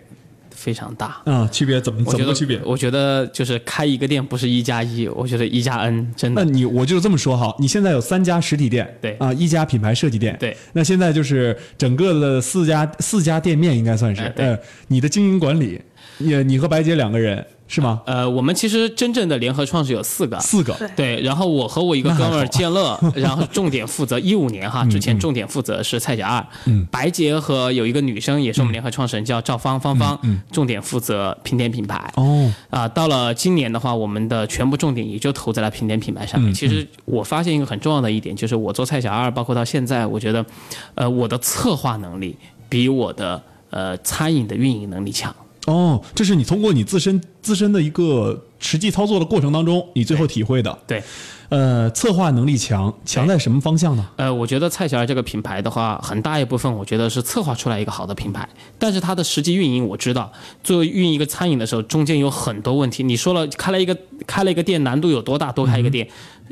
Speaker 6: 非常大。
Speaker 7: 啊、区别怎么怎
Speaker 6: 我觉
Speaker 7: 么
Speaker 6: 得
Speaker 7: 个区别？
Speaker 6: 我觉得就是开一个店不是一加一，我觉得一加 N 真
Speaker 7: 那
Speaker 6: 的。
Speaker 7: 你我就这么说哈，你现在有三家实体店，
Speaker 6: 嗯对
Speaker 7: 啊，一家品牌设计店，
Speaker 6: 对
Speaker 7: 那现在就是整个的四家四家店面应该算是，
Speaker 6: 哎对
Speaker 7: 呃，你的经营管理，你你和白姐两个人是吗？
Speaker 6: 呃，我们其实真正的联合创始有四个，
Speaker 7: 四个，
Speaker 6: 对，然后我和我一个哥们儿建乐，然后重点负责一五年哈，之前重点负责是蔡甲二，白洁和有一个女生也是我们联合创始人叫赵芳芳芳，重点负责平点品牌。
Speaker 7: 哦，
Speaker 6: 啊，到了今年的话，我们的全部重点也就投在了平点品牌上面。其实我发现一个很重要的一点，就是我做蔡小二，包括到现在，我觉得，呃，我的策划能力比我的呃餐饮的运营能力强。
Speaker 7: 哦，这是你通过你自身自身的一个实际操作的过程当中，你最后体会的。
Speaker 6: 对，
Speaker 7: 呃，策划能力强，强在什么方向呢？
Speaker 6: 呃，我觉得蔡小二这个品牌的话，很大一部分我觉得是策划出来一个好的品牌，但是它的实际运营我知道，作为运营一个餐饮的时候，中间有很多问题。你说了开了一个开了一个店，难度有多大？多开一个店，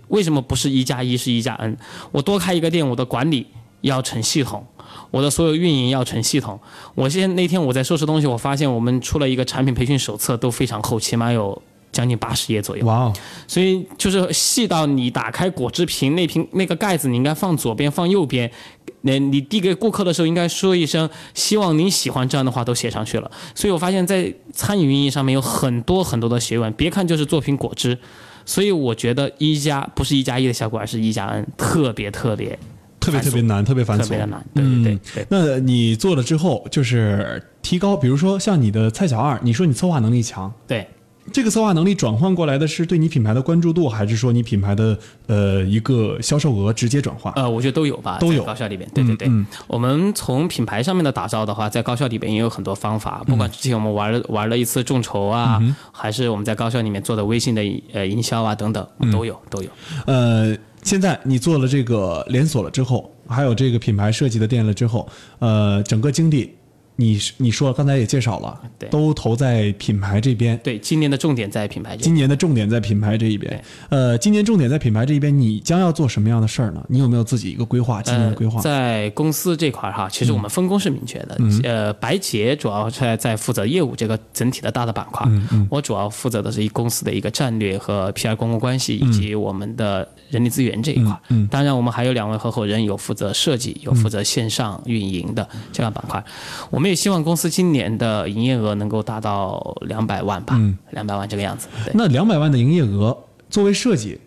Speaker 6: 为什么不是一加一是一加 n？我多开一个店，我的管理要成系统。我的所有运营要成系统。我现在那天我在收拾东西，我发现我们出了一个产品培训手册，都非常厚，起码有将近八十页左右。
Speaker 7: 哇哦，
Speaker 6: 所以就是细到你打开果汁瓶那瓶那个盖子，你应该放左边放右边。那你递给顾客的时候，应该说一声“希望您喜欢”，这样的话都写上去了。所以我发现，在餐饮运营上面有很多很多的学问，别看就是做瓶果汁，所以我觉得一加不是一加一的效果，而是一加 n，特别特别
Speaker 7: 特别
Speaker 6: 繁琐
Speaker 7: 特别难，特别繁琐，嗯
Speaker 6: 特别的难。对对对对。
Speaker 7: 那你做了之后，就是提高，比如说像你的蔡小二，你说你策划能力强，
Speaker 6: 对
Speaker 7: 这个策划能力转换过来的是对你品牌的关注度，还是说你品牌的呃一个销售额直接转化？
Speaker 6: 呃，我觉得都有吧，
Speaker 7: 都
Speaker 6: 在
Speaker 7: 有嗯
Speaker 6: 高校里边，对对对、我们从品牌上面的打造的话，在高校里边也有很多方法，
Speaker 7: 嗯
Speaker 6: 不管之前我们玩了玩了一次众筹啊、还是我们在高校里面做的微信的呃营销啊等等，
Speaker 7: 嗯
Speaker 6: 都有、都有。
Speaker 7: 呃，现在你做了这个连锁了之后，还有这个品牌设计的店了之后，呃，整个经历，你是你说了刚才也介绍了，
Speaker 6: 对
Speaker 7: 都投在品牌这边。
Speaker 6: 对，今年的重点在品牌这
Speaker 7: 今年的重点在品牌这一边，呃，今年重点在品牌这一边，你将要做什么样的事儿呢？你有没有自己一个规划？今年的规划？嗯
Speaker 6: 呃、在公司这块儿哈，其实我们分工是明确的。呃，白洁主要在在负责业务这个整体的大的板块，
Speaker 7: 嗯
Speaker 6: 我主要负责的是一公司的一个战略和 PR 公共关系以及
Speaker 7: 嗯
Speaker 6: 我们的人力资源这一块。当然，我们还有两位合伙人有负责设计，有负
Speaker 7: 嗯
Speaker 6: 责线上运营的这样板块。我们也希望公司今年的营业额能够达到两百万吧，
Speaker 7: 嗯
Speaker 6: 两百万这个样子。对。
Speaker 7: 那两百万的营业额作为设计，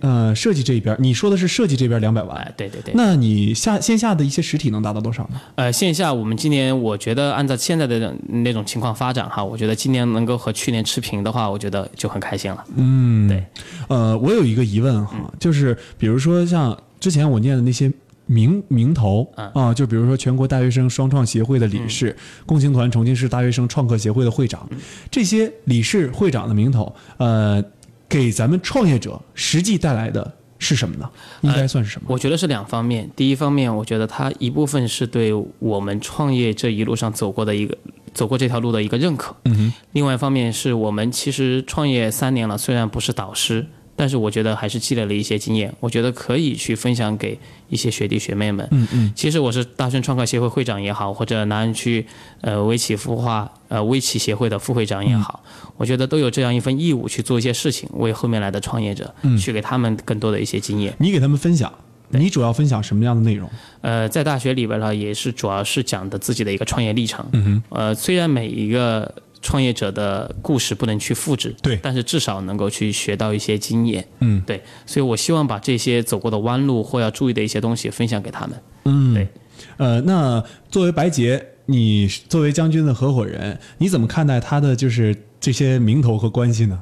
Speaker 7: 呃，设计这一边儿，你说的是设计这边两百
Speaker 6: 哎
Speaker 7: 万，
Speaker 6: 对对对
Speaker 7: 那你下线下的一些实体能达到多少呢？
Speaker 6: 呃，线下我们今年我觉得按照现在的那种那种情况发展哈，我觉得今年能够和去年持平的话，我觉得就很开心了。嗯，对，
Speaker 7: 呃，我有一个疑问哈，就是比如说像之前我念的那些。名名头啊、就比如说全国大学生双创协会的理事、共青团重庆市大学生创客协会的会长，这些理事、会长的名头，呃，给咱们创业者实际带来的是什么呢？应该算是什么？
Speaker 6: 我觉得是两方面。第一方面，我觉得它一部分是对我们创业这一路上走过的一个走过这条路的一个认可。嗯另外一方面是我们其实创业三年了，虽然不是导师，但是我觉得还是积累了一些经验，我觉得可以去分享给一些学弟学妹们。嗯嗯。其实我是大轩创客协会会长也好，或者南岸区呃围棋孵化呃围棋协会的副会长也好，我觉得都有这样一份义务去做一些事情，为后面来的创业者去给他们更多的一些经验。
Speaker 7: 你给他们分享，你主要分享什么样的内容？
Speaker 6: 呃，在大学里边呢，也是主要是讲的自己的一个创业历程。嗯哼。呃，虽然每一个创业者的故事不能去复制，
Speaker 7: 对
Speaker 6: 但是至少能够去学到一些经验。
Speaker 7: 嗯，
Speaker 6: 对，所以我希望把这些走过的弯路或要注意的一些东西分享给他们。嗯，对。
Speaker 7: 呃，那作为白洁，你作为将军的合伙人，你怎么看待他的就是这些名头和关系呢？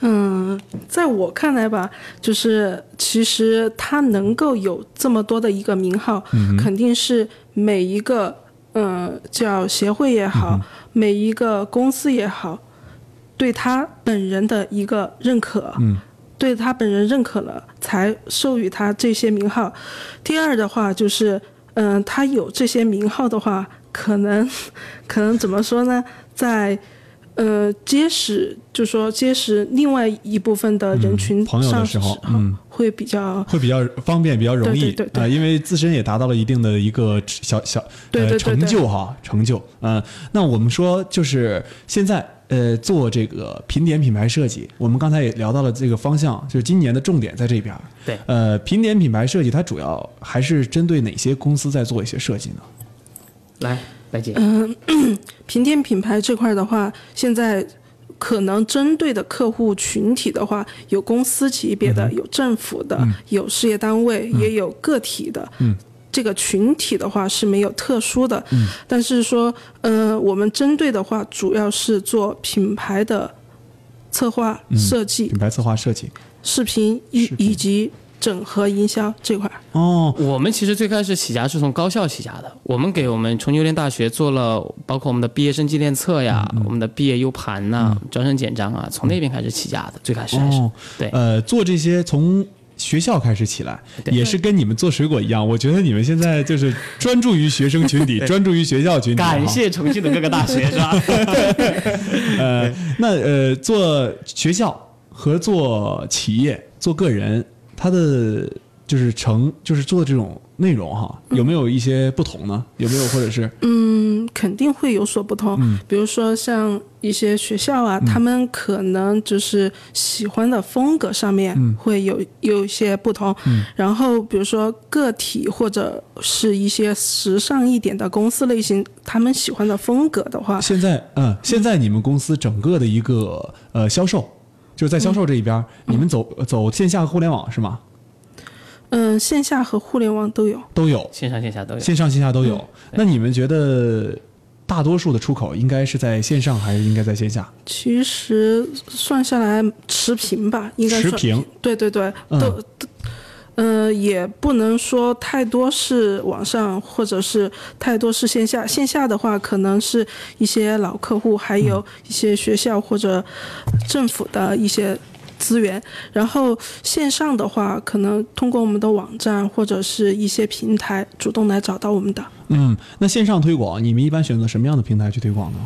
Speaker 8: 嗯，在我看来吧，就是其实他能够有这么多的一个名号，肯定是每一个呃叫协会也好，每一个公司也好，对他本人的一个认可，对他本人认可了，才授予他这些名号。第二的话就是，嗯、他有这些名号的话，可能可能怎么说呢，在呃，结识，就说结识另外一部分的人群
Speaker 7: 嗯朋友的
Speaker 8: 上
Speaker 7: 时候嗯
Speaker 8: 会比较
Speaker 7: 会比较方便，比较容易
Speaker 8: 对对对对
Speaker 7: 呃因为自身也达到了一定的一个小小
Speaker 8: 对对
Speaker 7: 呃
Speaker 8: 对
Speaker 7: 成
Speaker 8: 对
Speaker 7: 就哈，成就。嗯、那我们说就是现在呃做这个品点品牌设计，我们刚才也聊到了这个方向，就是今年的重点在这边。
Speaker 6: 对
Speaker 7: 呃，品点品牌设计它主要还是针对哪些公司在做一些设计呢？
Speaker 6: 来，白姐，
Speaker 8: 平店品牌这块的话，现在可能针对的客户群体的话，有公司级别的，有政府的，有事业单位，也有个体的。嗯。这个群体的话是没有特殊的，嗯、但是说，呃，我们针对的话主要是做品牌的策划、设计
Speaker 7: 品、牌策划设计。
Speaker 8: 嗯视频以以及整合营销这块。
Speaker 7: 哦，
Speaker 6: 我们其实最开始起家是从高校起家的，我们给我们重庆邮电大学做了包括我们的毕业生纪念册呀、
Speaker 7: 嗯
Speaker 6: 我们的毕业 U 盘呐、招生简章啊，从那边开始起家的，最开始还是、
Speaker 7: 哦
Speaker 6: 对。
Speaker 7: 呃，做这些从学校开始起来，
Speaker 6: 对
Speaker 7: 也是跟你们做水果一样。我觉得你们现在就是专注于学生群体，专注于学校群体。
Speaker 6: 感。谢重庆的各个大
Speaker 7: 哦
Speaker 6: 学，是吧？
Speaker 7: 呃，那呃，做学校和做企业、做个人，它的就是成就是做这种内容哈，
Speaker 6: 嗯
Speaker 7: 有没有一些不同呢？有没有或者是
Speaker 8: 嗯，肯定会有所不同。
Speaker 7: 嗯
Speaker 8: 比如说像一些学校啊，他们可能就是喜欢的风格上面
Speaker 7: 嗯
Speaker 8: 会有、有一些不同。然后比如说个体或者是一些时尚一点的公司类型，他们喜欢的风格的话，
Speaker 7: 现在嗯，现在你们公司整个的一个呃销售，就是在销售这一边儿，
Speaker 6: 嗯
Speaker 7: 你们走走线下互联网是吗？
Speaker 8: 嗯，线下和互联网都有。
Speaker 7: 都有。
Speaker 6: 线上线下都有。
Speaker 7: 线上线下都
Speaker 6: 嗯
Speaker 7: 有。那你们觉得大多数的出口应该是在线上还是应该在线下？
Speaker 8: 其实算下来持平吧，应该
Speaker 7: 持
Speaker 8: 算
Speaker 7: 平。
Speaker 8: 对对对，都
Speaker 7: 嗯
Speaker 8: 都，呃，也不能说太多是网上，或者是太多是线下。线下的话，可能是一些老客户，还
Speaker 7: 嗯
Speaker 8: 有一些学校或者政府的一些资源。然后线上的话，可能通过我们的网站或者是一些平台主动来找到我们的。
Speaker 7: 嗯，那线上推广，你们一般选择什么样的平台去推广呢？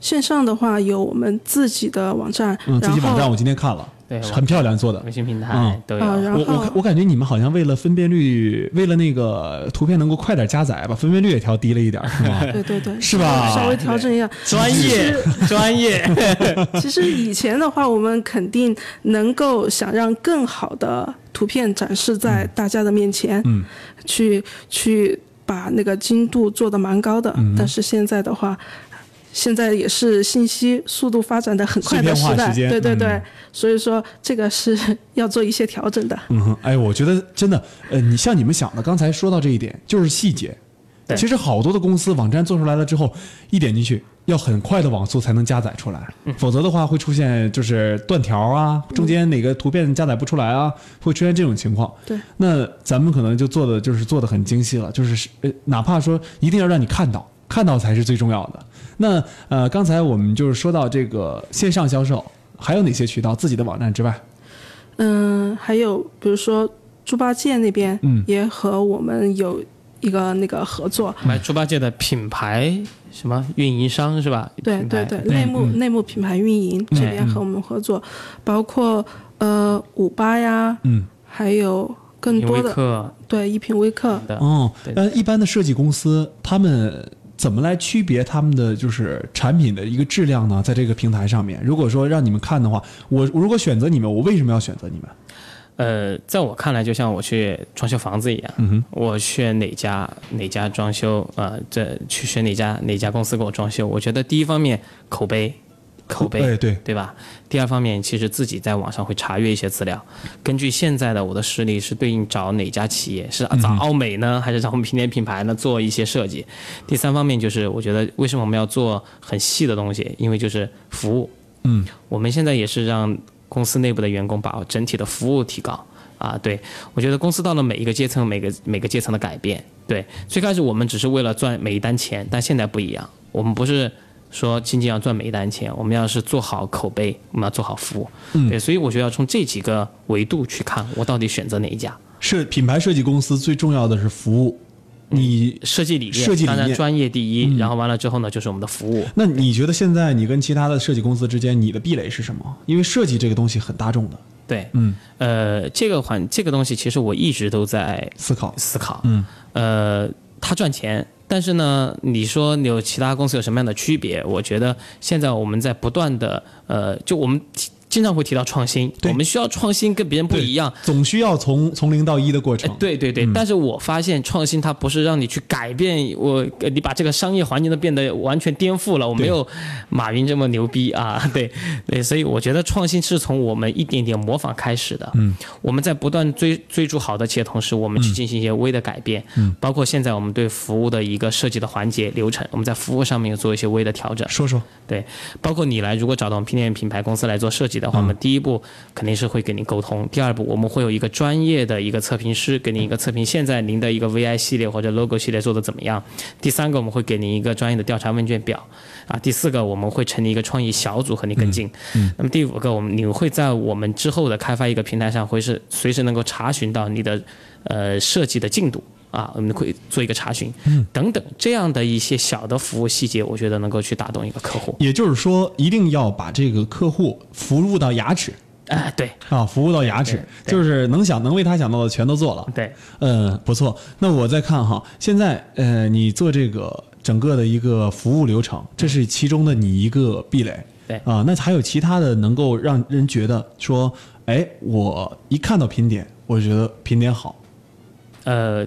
Speaker 8: 线上的话，有我们自己的网站，
Speaker 7: 嗯，自
Speaker 8: 然
Speaker 7: 己网站
Speaker 8: 后
Speaker 7: 我今天看了，
Speaker 6: 对
Speaker 7: 很漂亮做的
Speaker 6: 微。信平台
Speaker 7: 嗯
Speaker 6: 都有。
Speaker 8: 啊，然
Speaker 7: 我我
Speaker 8: 后
Speaker 7: 看我感觉你们好像为了分辨率，为了那个图片能够快点加载，把分辨率也调低了一点儿，是吗？
Speaker 8: 对对对，
Speaker 7: 是吧
Speaker 8: 稍微调整一下。
Speaker 6: 专业，专业，
Speaker 8: 其实以前的话，我们肯定能够想让更好的图片展示在大家的面前，
Speaker 7: 嗯
Speaker 8: 去去把那个精度做得蛮高的。
Speaker 7: 嗯
Speaker 8: 但是现在的话，现在也是信息速度发展的很快
Speaker 7: 碎
Speaker 8: 的
Speaker 7: 片化
Speaker 8: 时代，
Speaker 7: 时间
Speaker 8: 对对对，
Speaker 7: 嗯
Speaker 8: 所以说这个是要做一些调整的。
Speaker 7: 嗯哼，哎，我觉得真的，呃，你像你们想的，刚才说到这一点，就是细节。
Speaker 6: 对
Speaker 7: 其实好多的公司网站做出来了之后，一点进去要很快的网速才能加载出来，否则的话会出现就是断条啊，中间哪个图片加载不出来啊，会出现这种情况。
Speaker 8: 对，
Speaker 7: 那咱们可能就做的就是做的很精细了，就是呃，哪怕说一定要让你看到，看到才是最重要的。那呃，刚才我们就是说到这个线上销售，还有哪些渠道？自己的网站之外，
Speaker 8: 嗯，还有比如说猪八戒那边，
Speaker 7: 嗯
Speaker 8: 也和我们有一个那个合作，
Speaker 6: 买猪八戒的品牌什么运营商是吧？
Speaker 8: 对
Speaker 6: 品
Speaker 8: 对
Speaker 6: 牌
Speaker 8: 对，内幕
Speaker 7: 嗯
Speaker 8: 内幕品牌运营这边和我们合作，包括呃五八呀，
Speaker 7: 嗯，
Speaker 8: 还有更
Speaker 6: 品
Speaker 8: 多
Speaker 6: 味嗯
Speaker 8: 的
Speaker 6: 课
Speaker 8: 对一品微课，
Speaker 6: 的
Speaker 7: 哦
Speaker 6: 对，
Speaker 7: 那一般的设计公司，他们怎么来区别他们的就是产品的一个质量呢？在这个平台上面，如果说让你们看的话，我我如果选择你们，我为什么要选择你们？
Speaker 6: 呃，在我看来，就像我去装修房子一样，我选哪家哪家装修啊、呃这去选哪家哪家公司给我装修，我觉得第一方面口碑。口碑，
Speaker 7: 哎对
Speaker 6: 对吧？第二方面，其实自己在网上会查阅一些资料，根据现在的我的实力，是对应找哪家企业，是找奥美呢，还是找我们平点品牌呢？做一些设计。第三方面就是，我觉得为什么我们要做很细的东西？因为就是服务，
Speaker 7: 嗯，
Speaker 6: 我们现在也是让公司内部的员工把整体的服务提高啊。对我觉得公司到了每一个阶层，每个每个阶层的改变，对，最开始我们只是为了赚每一单钱，但现在不一样，我们不是。说仅仅要赚每一单钱，我们要是做好口碑，我们要做好服务，
Speaker 7: 嗯
Speaker 6: 对，所以我觉得要从这几个维度去看，我到底选择哪一家
Speaker 7: 设品牌设计公司最重要的是服务。你
Speaker 6: 设计理念，
Speaker 7: 设计理
Speaker 6: 当然
Speaker 7: 念嗯
Speaker 6: 专业第一，然后完了之后呢，就是我们的服务，
Speaker 7: 那你觉得现在你跟其他的设计公司之间，你的壁垒是什么？因为设计这个东西很大众的
Speaker 6: 对，嗯，呃，这个环这个东西其实我一直都在
Speaker 7: 思考，
Speaker 6: 思考。嗯，呃，他赚钱，但是呢，你说你有其他公司有什么样的区别？我觉得现在我们在不断的呃，就我们提经常会提到创新，
Speaker 7: 对
Speaker 6: 我们需要创新跟别人不一样。呃
Speaker 7: 总需要从从零到一的过程。
Speaker 6: 对对对，但是我发现创新它不是让你去改变我，呃你把这个商业环境都变得完全颠覆了。我没有马云这么牛逼啊， 对对，所以我觉得创新是从我们一点点模仿开始的。嗯，我们在不断追追逐好的企业同时，我们去进行一些微的改变，嗯，包括现在我们对服务的一个设计的环节流程，我们在服务上面有做一些微的调整。
Speaker 7: 说说，
Speaker 6: 对，包括你来，如果找到我们拼店品牌公司来做设计的话，我们第一步肯定是会跟你沟通，第二步我们会有一个专业的一个测评师给你一个测评，现在您的一个 VI 系列或者 logo 系列做的怎么样？第三个我们会给您一个专业的调查问卷表，啊，第四个我们会成立一个创意小组和你跟进，那么第五个我们你会在我们之后的开发一个平台上，会是随时能够查询到你的呃设计的进度。啊，我们会做一个查询，等等这样的一些小的服务细节，我觉得能够去打动一个客户。
Speaker 7: 也就是说，一定要把这个客户服务到牙齿
Speaker 6: 哎，对
Speaker 7: 啊，服务到牙齿，
Speaker 6: 对对
Speaker 7: 就是能想能为他想到的全都做了。
Speaker 6: 对，
Speaker 7: 嗯，不错。那我再看哈，现在呃，你做这个整个的一个服务流程，这是其中的你一个壁垒。
Speaker 6: 对
Speaker 7: 啊、那还有其他的能够让人觉得说，哎，我一看到品点，我觉得品点好。
Speaker 6: 呃，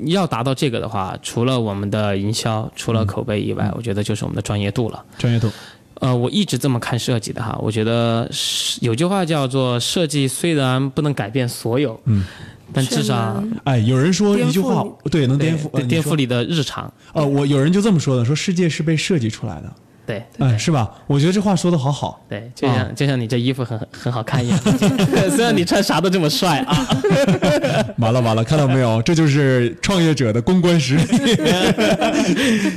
Speaker 6: 要达到这个的话，除了我们的营销，除
Speaker 7: 嗯
Speaker 6: 了口碑以外，我觉得就是我们的专业度了。
Speaker 7: 专业度，
Speaker 6: 呃，我一直这么看设计的哈，我觉得是有句话叫做“设计虽然不能改变所有，嗯，但至少
Speaker 7: 哎，有人说一句话
Speaker 8: 颠覆，
Speaker 7: 对，能
Speaker 6: 对
Speaker 7: 颠覆，呃
Speaker 6: 对颠覆。
Speaker 7: 你说
Speaker 6: 你的日常，
Speaker 7: 呃，我有人就这么说的，说世界是被设计出来的，
Speaker 6: 对。”
Speaker 7: 哎，是吧？我觉得这话说的好好。
Speaker 6: 对，就
Speaker 7: 哦
Speaker 6: 像、就像你这衣服很很好 看一样， 虽然你穿啥都这么帅啊，
Speaker 7: 完了完了，看到没有？这就是创业者的公关实 力，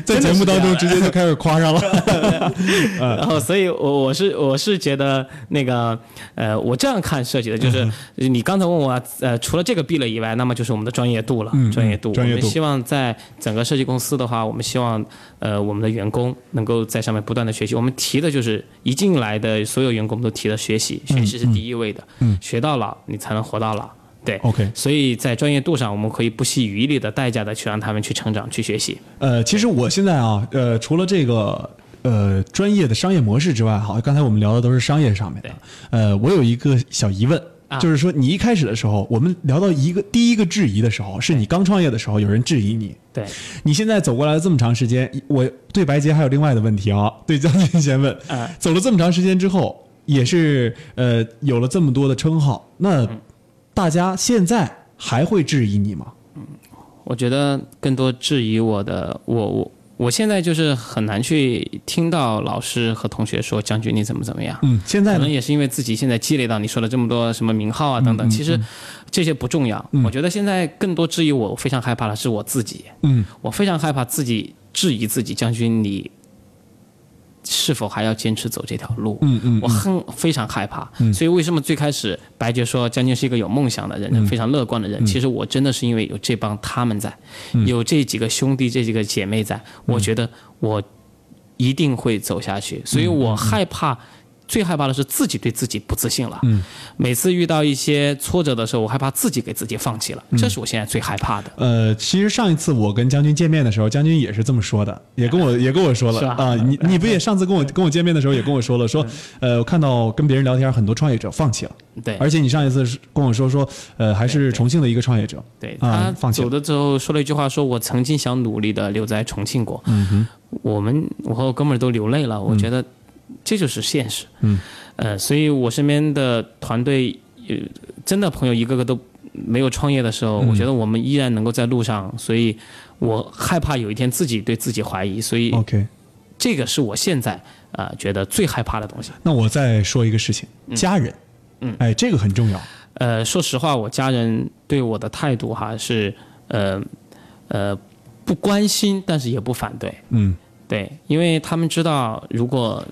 Speaker 7: 在节目当中直接就开始夸上了。
Speaker 6: 然后，所以我我是我是觉得那个呃，我这样看设计的，
Speaker 7: 嗯
Speaker 6: 就是你刚才问我呃，除了这个壁垒以外，那么就是我们的专业度了，
Speaker 7: 嗯
Speaker 6: 专业度。
Speaker 7: 嗯专业
Speaker 6: 我
Speaker 7: 度
Speaker 6: 们希望在整个设计公司的话，我们希望呃我们的员工能够在上面不断的学习。我们提的就是一进来的所有员工我们都提的学习，
Speaker 7: 嗯
Speaker 6: 学习是第一位的，学到老你才能活到老。对
Speaker 7: OK
Speaker 6: 所以在专业度上，我们可以不惜余力的代价的去让他们去成长、去学习。
Speaker 7: 呃，其实我现在啊，呃，除了这个呃专业的商业模式之外，好，刚才我们聊的都是商业上面的
Speaker 6: 对。
Speaker 7: 呃，我有一个小疑问。
Speaker 6: 啊
Speaker 7: 就是说，你一开始的时候，我们聊到一个第一个质疑的时候，是你刚创业的时候，有人质疑你。
Speaker 6: 对，
Speaker 7: 你现在走过来这么长时间，我对白洁还有另外的问题啊，对将军先问
Speaker 6: 啊，
Speaker 7: 走了这么长时间之后，也是呃有了这么多的称号，那
Speaker 6: 嗯
Speaker 7: 大家现在还会质疑你吗？
Speaker 6: 我觉得更多质疑我的，我我我现在就是很难去听到老师和同学说将军你怎么怎么样。
Speaker 7: 嗯，现在
Speaker 6: 可
Speaker 7: 呢
Speaker 6: 能？也是因为自己现在积累到你说了这么多什么名号啊等等，其实这些不重要。我觉得现在更多质疑我，我非常害怕的是我自己。
Speaker 7: 嗯，
Speaker 6: 我非常害怕自己质疑自己，将军你是否还要坚持走这条路？
Speaker 7: 嗯嗯嗯嗯
Speaker 6: 我很非常害怕。所以为什么最开始白洁说将军是一个有梦想的人，
Speaker 7: 嗯
Speaker 6: 非常乐观的人？其实我真的是因为有这帮他们在，
Speaker 7: 嗯
Speaker 6: 有这几个兄弟、这几个
Speaker 7: 嗯
Speaker 6: 姐妹在，我觉得我一定会走下去，所以我害怕最害怕的是自己对自己不自信了。嗯，每次遇到一些挫折的时候，我害怕自己给自己放弃了，
Speaker 7: 嗯
Speaker 6: 这是我现在最害怕的。
Speaker 7: 呃，其实上一次我跟将军见面的时候，将军也是这么说的，也跟我也跟我说了
Speaker 6: 嗯是吧嗯
Speaker 7: 啊、你你不也上次跟我跟我见面的时候也跟我说了，说呃，我看到跟别人聊天，很多创业者放弃了，
Speaker 6: 对
Speaker 7: 而且你上一次是跟我说说，呃，还是重庆的一个创业者，
Speaker 6: 对他
Speaker 7: 啊，放弃
Speaker 6: 走
Speaker 7: 了，
Speaker 6: 的时候说了一句话，说我曾经想努力的留在重庆过。嗯哼，我们我和我哥们儿都流泪了，我觉得这就是现实。
Speaker 7: 嗯，
Speaker 6: 呃，所以我身边的团队，呃，真的朋友一个个都没有创业的时候，
Speaker 7: 嗯
Speaker 6: 我觉得我们依然能够在路上，所以我害怕有一天自己对自己怀疑，所以
Speaker 7: OK，
Speaker 6: 这个是我现在啊、呃觉得最害怕的东西。
Speaker 7: 那我再说一个事情，家人，嗯，哎，这个很重要，
Speaker 6: 呃，说实话，我家人对我的态度哈是呃呃不关心，但是也不反对。
Speaker 7: 嗯
Speaker 6: 对，因为他们知道，如果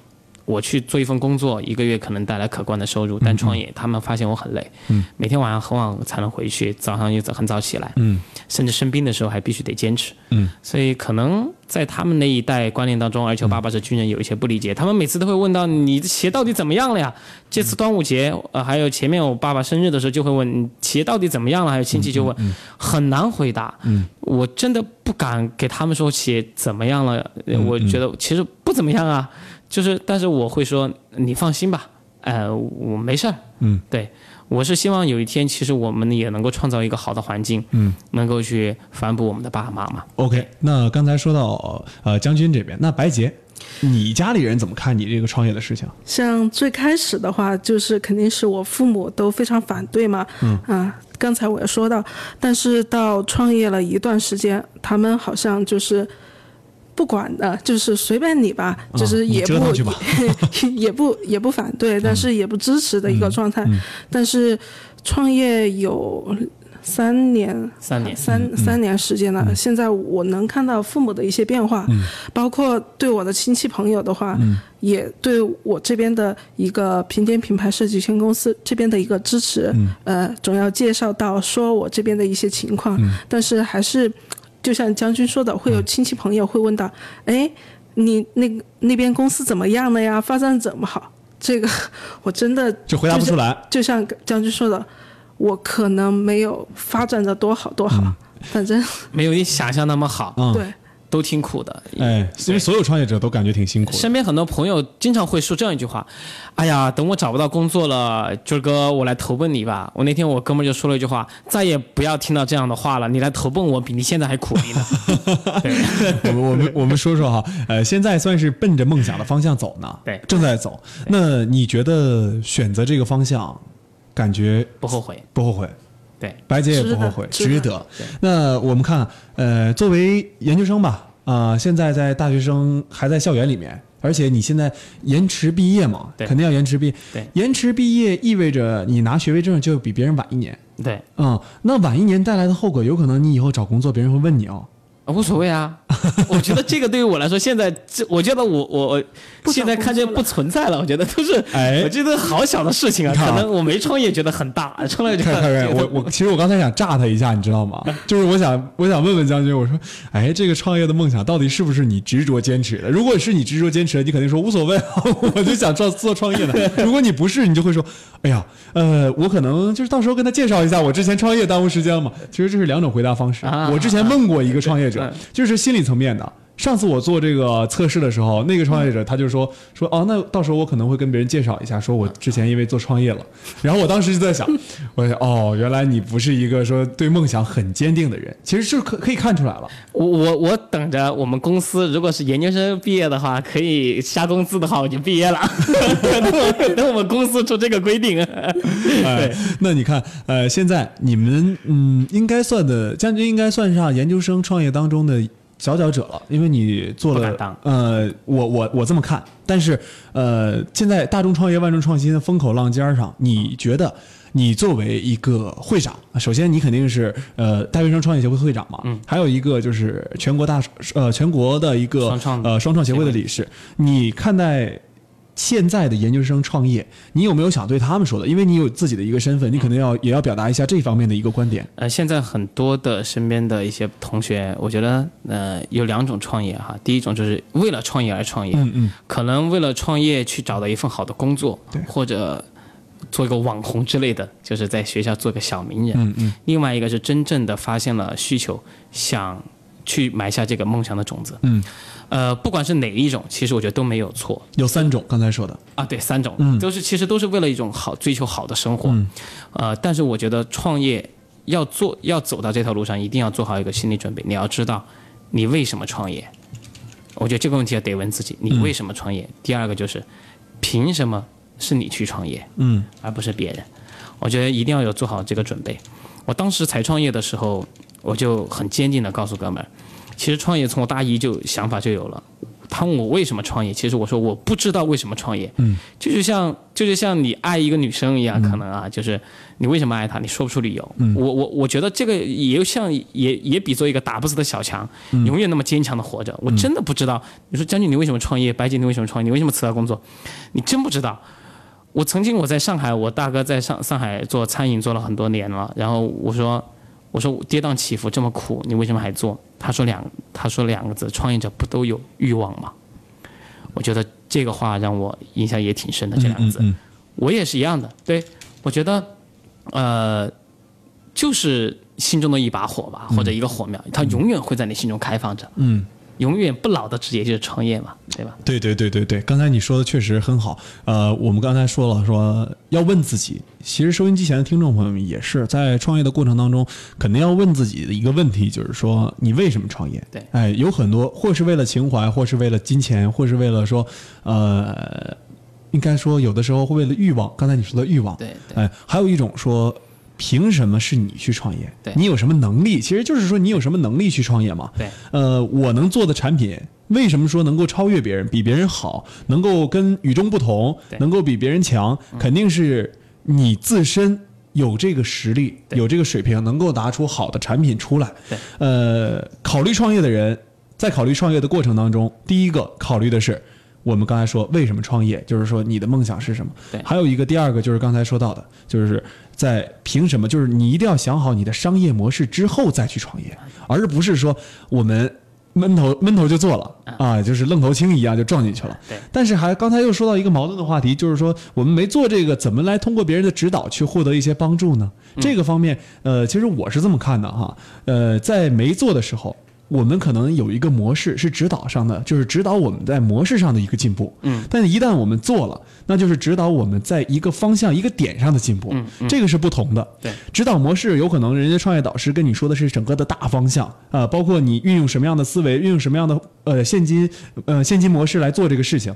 Speaker 6: 我去做一份工作，一个月可能带来可观的收入，但创业，他们发现我很累，
Speaker 7: 嗯
Speaker 6: 每天晚上很晚才能回去，早上又很早起来，
Speaker 7: 嗯
Speaker 6: 甚至生病的时候还必须得坚持。
Speaker 7: 嗯，
Speaker 6: 所以可能在他们那一代观念当中，而且我爸爸是军人，有一些不理解，他们每次都会问到你的鞋到底怎么样了呀？这次端午节，呃，还有前面我爸爸生日的时候就会问你鞋到底怎么样了，还有亲戚就问，很难回答。嗯，我真的不敢给他们说鞋怎么样了，呃我觉得其实不怎么样啊，就是但是我会说你放心吧，呃，我没事儿。
Speaker 7: 嗯，
Speaker 6: 对。我是希望有一天，其实我们也能够创造一个好的环境，
Speaker 7: 嗯，
Speaker 6: 能够去反哺我们的爸爸妈妈。
Speaker 7: ，OK，那刚才说到呃将军这边，那白洁，你家里人怎么看你这个创业的事情？
Speaker 8: 像最开始的话，就是肯定是我父母都非常反对嘛，嗯啊，刚才我也说到，但是到创业了一段时间，他们好像就是不管的，就是随便你吧，
Speaker 7: 啊
Speaker 8: 就是
Speaker 7: 你
Speaker 8: 也不
Speaker 7: 折腾去吧 嗯
Speaker 8: 也不也不反对，但是也不支持的一个状态。但是创业有三年，
Speaker 6: 三年
Speaker 8: 三三年时间了。现在我能看到父母的一些变化，包括对我的亲戚朋友的话，也对我这边的一个平点品牌设计有限公司这边的一个支持，呃，总要介绍到说我这边的一些情况，但是还是。就像将军说的，会有亲戚朋友会问到，哎，你那个那边公司怎么样了呀？发展怎么好？这个 我真的
Speaker 7: 就回答不出来。
Speaker 8: 就像将军说的，我可能没有发展的多好多好，反正
Speaker 6: 没有你想象那么好，
Speaker 7: 嗯
Speaker 8: 对，
Speaker 6: 都挺苦的。
Speaker 7: 哎，因为所有创业者都感觉挺辛苦的。
Speaker 6: 身边很多朋友经常会说这样一句话：“哎呀，等我找不到工作了，军儿哥，我来投奔你吧。”我那天我哥们儿就说了一句话：“再也不要听到这样的话了，你来投奔我，比你现在还苦逼呢。
Speaker 7: 我们我们我们说说哈，呃，现在算是奔着梦想的方向走呢，
Speaker 6: 对
Speaker 7: 正在走。那你觉得选择这个方向，感觉”
Speaker 6: 不后悔。
Speaker 7: 不后悔？
Speaker 6: 对，
Speaker 7: 白姐也不后悔，
Speaker 8: 值得
Speaker 7: 值
Speaker 8: 值得
Speaker 7: 得。那我们看，呃，作为研究生吧，啊、现在在大学生还在校园里面，而且你现在延迟毕业嘛，
Speaker 6: 对
Speaker 7: 肯定要延迟毕业。
Speaker 6: 对
Speaker 7: 延迟毕业意味着你拿学位证就比别人晚一年。
Speaker 6: 对，
Speaker 7: 啊、那晚一年带来的后果，有可能你以后找工作，别人会问你哦。
Speaker 6: 啊无所 谓啊。我觉得这个对于我来说，现在这，我觉得我我我
Speaker 8: 不
Speaker 6: 现
Speaker 8: 找
Speaker 6: 在看见
Speaker 8: 工作了
Speaker 6: 不存在了，我觉得都是，
Speaker 7: 哎
Speaker 6: 我觉得好小的事情啊，
Speaker 7: 你看啊
Speaker 6: 可能我没创业觉得很大，创业就
Speaker 7: 看看 看，我我其实我刚才想炸他一下，你知道吗？就是我想我想问问将军，我说，哎，这个创业的梦想到底是不是你执着坚持的？如果是你执着坚持的，你肯定说无所谓啊， 我就想创做创业的。如果你不是，你就会说，哎呀，呃，我可能就是到时候跟他介绍一下，我之前创业耽误时间了嘛。其实这是两种回答方式。
Speaker 6: 啊
Speaker 7: 我之前问过一个创业者
Speaker 6: 嗯，
Speaker 7: 就是心理层面的。上次我做这个测试的时候，那个创业者他就说说哦，那到时候我可能会跟别人介绍一下，说我之前因为做创业了。然后我当时就在想， 我想哦，原来你不是一个说对梦想很坚定的人，其实是可可以看出来了。
Speaker 6: 我我我等着我们公司，如果是研究生毕业的话，可以加工资的话，我就毕业了。 等我等我们公司出这个规定，
Speaker 7: 哎
Speaker 6: 对，
Speaker 7: 那你看，呃，现在你们嗯，应该算的将军应该算上研究生创业当中的佼佼者了，因为你做
Speaker 6: 不
Speaker 7: 了
Speaker 6: 敢当
Speaker 7: 呃，我我我这么看，但是呃，现在大众创业万众创新的风口浪尖儿上，你觉得你作为一个会长，首先你肯定是呃大学生创业协会会长嘛，嗯，还有一个就是全国大呃全国的一个
Speaker 6: 双创
Speaker 7: 呃双创协会的理事，你看待现在的研究生创业，你有没有想对他们说的？因为你有自己的一个身份，你可能
Speaker 6: 嗯
Speaker 7: 要也要表达一下这方面的一个观点。
Speaker 6: 呃，现在很多的身边的一些同学，我觉得呃有两种创业哈，第一种就是为了创业而创业，
Speaker 7: 嗯嗯，
Speaker 6: 可能为了创业去找到一份好的工作，或者做一个网红之类的，就是在学校做个小名人。
Speaker 7: 嗯嗯
Speaker 6: 另外一个是真正的发现了需求，想去埋下这个梦想的种子。
Speaker 7: 嗯，
Speaker 6: 呃，不管是哪一种，其实我觉得都没有错
Speaker 7: 有三种刚才说的，
Speaker 6: 啊。对，三种，
Speaker 7: 嗯
Speaker 6: 都是其实都是为了一种好追求好的生活。
Speaker 7: 嗯
Speaker 6: 呃，但是我觉得创业要做要走到这条路上，一定要做好一个心理准备，你要知道你为什么创业。我觉得这个问题要得问自己，
Speaker 7: 嗯
Speaker 6: 你为什么创业？第二个就是凭什么是你去创业？
Speaker 7: 嗯
Speaker 6: 而不是别人。我觉得一定要有做好这个准备。我当时才创业的时候，我就很坚定的告诉哥们儿，其实创业从我大一就想法就有了。他问我为什么创业，其实我说我不知道为什么创业。
Speaker 7: 嗯，
Speaker 6: 这就像这就像你爱一个女生一样，可能啊，就是你为什么爱她，你说不出理由。嗯，我我我觉得这个也像也也比作一个打不死的小强，永远那么坚强的活着。我真的不知道，你说将军你为什么创业，白姐你为什么创业，你为什么辞掉工作，你真不知道。我曾经我在上海，我大哥在上上海做餐饮做了很多年了，然后我说我说跌宕起伏这么苦，你为什么还做？他说两他说两个字，创业者不都有欲望吗？我觉得这个话让我印象也挺深的，这两个字。
Speaker 7: 嗯
Speaker 6: 我也是一样的。对，我觉得，呃，就是心中的一把火吧，或者一个火苗，它永远会在你心中开放着，
Speaker 7: 嗯。
Speaker 6: 永远不老的职业就是创业嘛，对吧？
Speaker 7: 对对对对对，刚才你说的确实很好。呃，我们刚才说了，说要问自己。其实收音机前的听众朋友们也是在创业的过程当中，肯定要问自己的一个问题，就是说你为什么创业？
Speaker 6: 对
Speaker 7: 哎，有很多或是为了情怀，或是为了金钱，或是为了说，呃，应该说有的时候会为了欲望。刚才你说的欲望，
Speaker 6: 对对
Speaker 7: 哎，还有一种说。凭什么是你去创业？
Speaker 6: 对
Speaker 7: 你有什么能力？其实就是说你有什么能力去创业嘛。
Speaker 6: 对
Speaker 7: 呃，我能做的产品，为什么说能够超越别人，比别人好，能够跟与众不同
Speaker 6: 对，嗯
Speaker 7: 能够比别人强，肯定是你自身有这个实力，
Speaker 6: 对
Speaker 7: 有这个水平，能够拿出好的产品出来
Speaker 6: 对。
Speaker 7: 呃，考虑创业的人，在考虑创业的过程当中，第一个考虑的是。我们刚才说为什么创业，就是说你的梦想是什么？
Speaker 6: 对
Speaker 7: 还有一个第二个就是刚才说到的，就是在凭什么？就是你一定要想好你的商业模式之后再去创业，而不是说我们闷头闷头就做了啊，就是愣头青一样就撞进去了。
Speaker 6: 对
Speaker 7: 但是还刚才又说到一个矛盾的话题，就是说我们没做这个，怎么来通过别人的指导去获得一些帮助呢？这个方面，呃，其实我是这么看的哈，呃，在没做的时候。我们可能有一个模式是指导上的，就是指导我们在模式上的一个进步。嗯，但是一旦我们做了，那就是指导我们在一个方向、一个点上的进步。嗯，这个是不同的。
Speaker 6: 对
Speaker 7: 指导模式有可能人家创业导师跟你说的是整个的大方向啊、呃包括你运用什么样的思维，运用什么样的呃现金呃现金模式来做这个事情。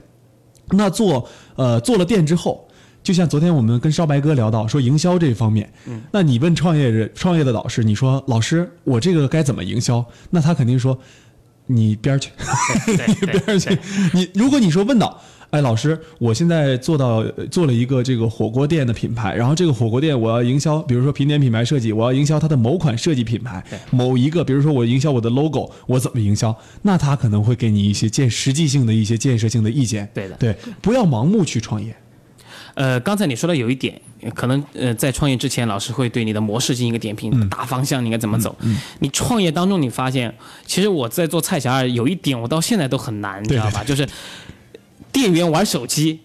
Speaker 7: 那做呃做了店之后，就像昨天我们跟烧白哥聊到说营销这方面，嗯，那你问创业人创业的老师，你说老师我这个该怎么营销？那他肯定说你边儿去，
Speaker 6: 对对 对
Speaker 7: 边儿去。你如果你说问到，哎，老师，我现在做到呃做了一个这个火锅店的品牌，然后这个火锅店我要营销，比如说平点品牌设计，我要营销它的某款设计品牌，某一个，比如说我营销我的 logo，我怎么营销？那他可能会给你一些建实际性的一些建设性的意见。
Speaker 6: 对的
Speaker 7: 对，不要盲目去创业。
Speaker 6: 呃，刚才你说的有一点，呃可能呃，在创业之前，老师会对你的模式进行一个点评，
Speaker 7: 嗯
Speaker 6: 大方向你应该怎么走。你创业当中，你发现其实我在做菜小二有一点，我到现在都很难，你知
Speaker 7: 对
Speaker 6: 道吧？就是店员玩 手机，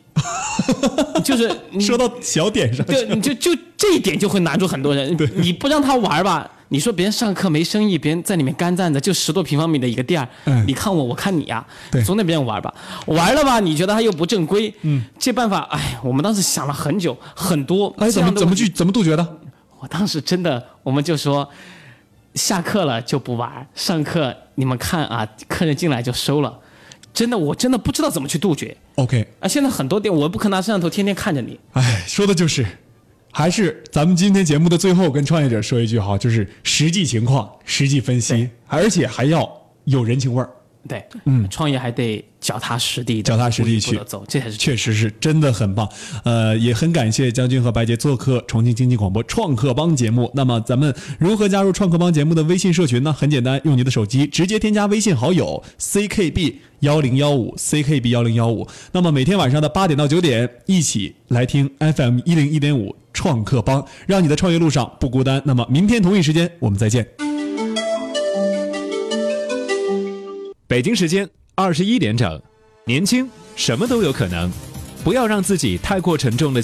Speaker 6: 就是你
Speaker 7: 说到小点 上，
Speaker 6: 对，你就就这一点就会难住很多人。你不让他玩儿吧，你说别人上课没生意，别人在里面干站着，就十多平方米的一个店儿，
Speaker 7: 嗯
Speaker 6: 你看我，我看你呀、
Speaker 7: 对
Speaker 6: 总得别人玩儿吧，玩了吧，你觉得他又不正规，嗯，这办法，哎，我们当时想了很久，很多，
Speaker 7: 哎，
Speaker 6: 这
Speaker 7: 怎
Speaker 6: 样
Speaker 7: 么
Speaker 6: 的
Speaker 7: 怎么
Speaker 6: 问题
Speaker 7: 去怎么杜绝的？
Speaker 6: 我当时真的，我们就说，下课了就不玩儿，上课你们看啊，客人进来就收了，真的，我真的不知道怎么去杜绝。
Speaker 7: OK，
Speaker 6: 啊，现在很多店，我不可能拿摄像头天天看着你，
Speaker 7: 哎，说的就是，还是咱们今天节目的最后跟创业者说一句哈，就是实际情况实际分析，而且还要有人情味儿。
Speaker 6: 对，嗯，创业还得脚踏实地地
Speaker 7: 脚踏实地
Speaker 6: 一步一步
Speaker 7: 去
Speaker 6: 地走，这才是
Speaker 7: 确实是真的很棒。呃，也很感谢将军和白洁做客重庆经济广播创客帮节目。那么咱们如何加入创客帮节目的微信社群呢？很简单，用你的手机直接添加微信好友 ckb 幺零幺五 ckb 幺零幺五。那么每天晚上的八点到九点，一起来听 FM 一零一点五创客帮，让你的创业路上不孤单。那么明天同一时间我们再见。
Speaker 9: 北京时间二十一点整，年轻什么都有可能，不要让自己太过沉重的。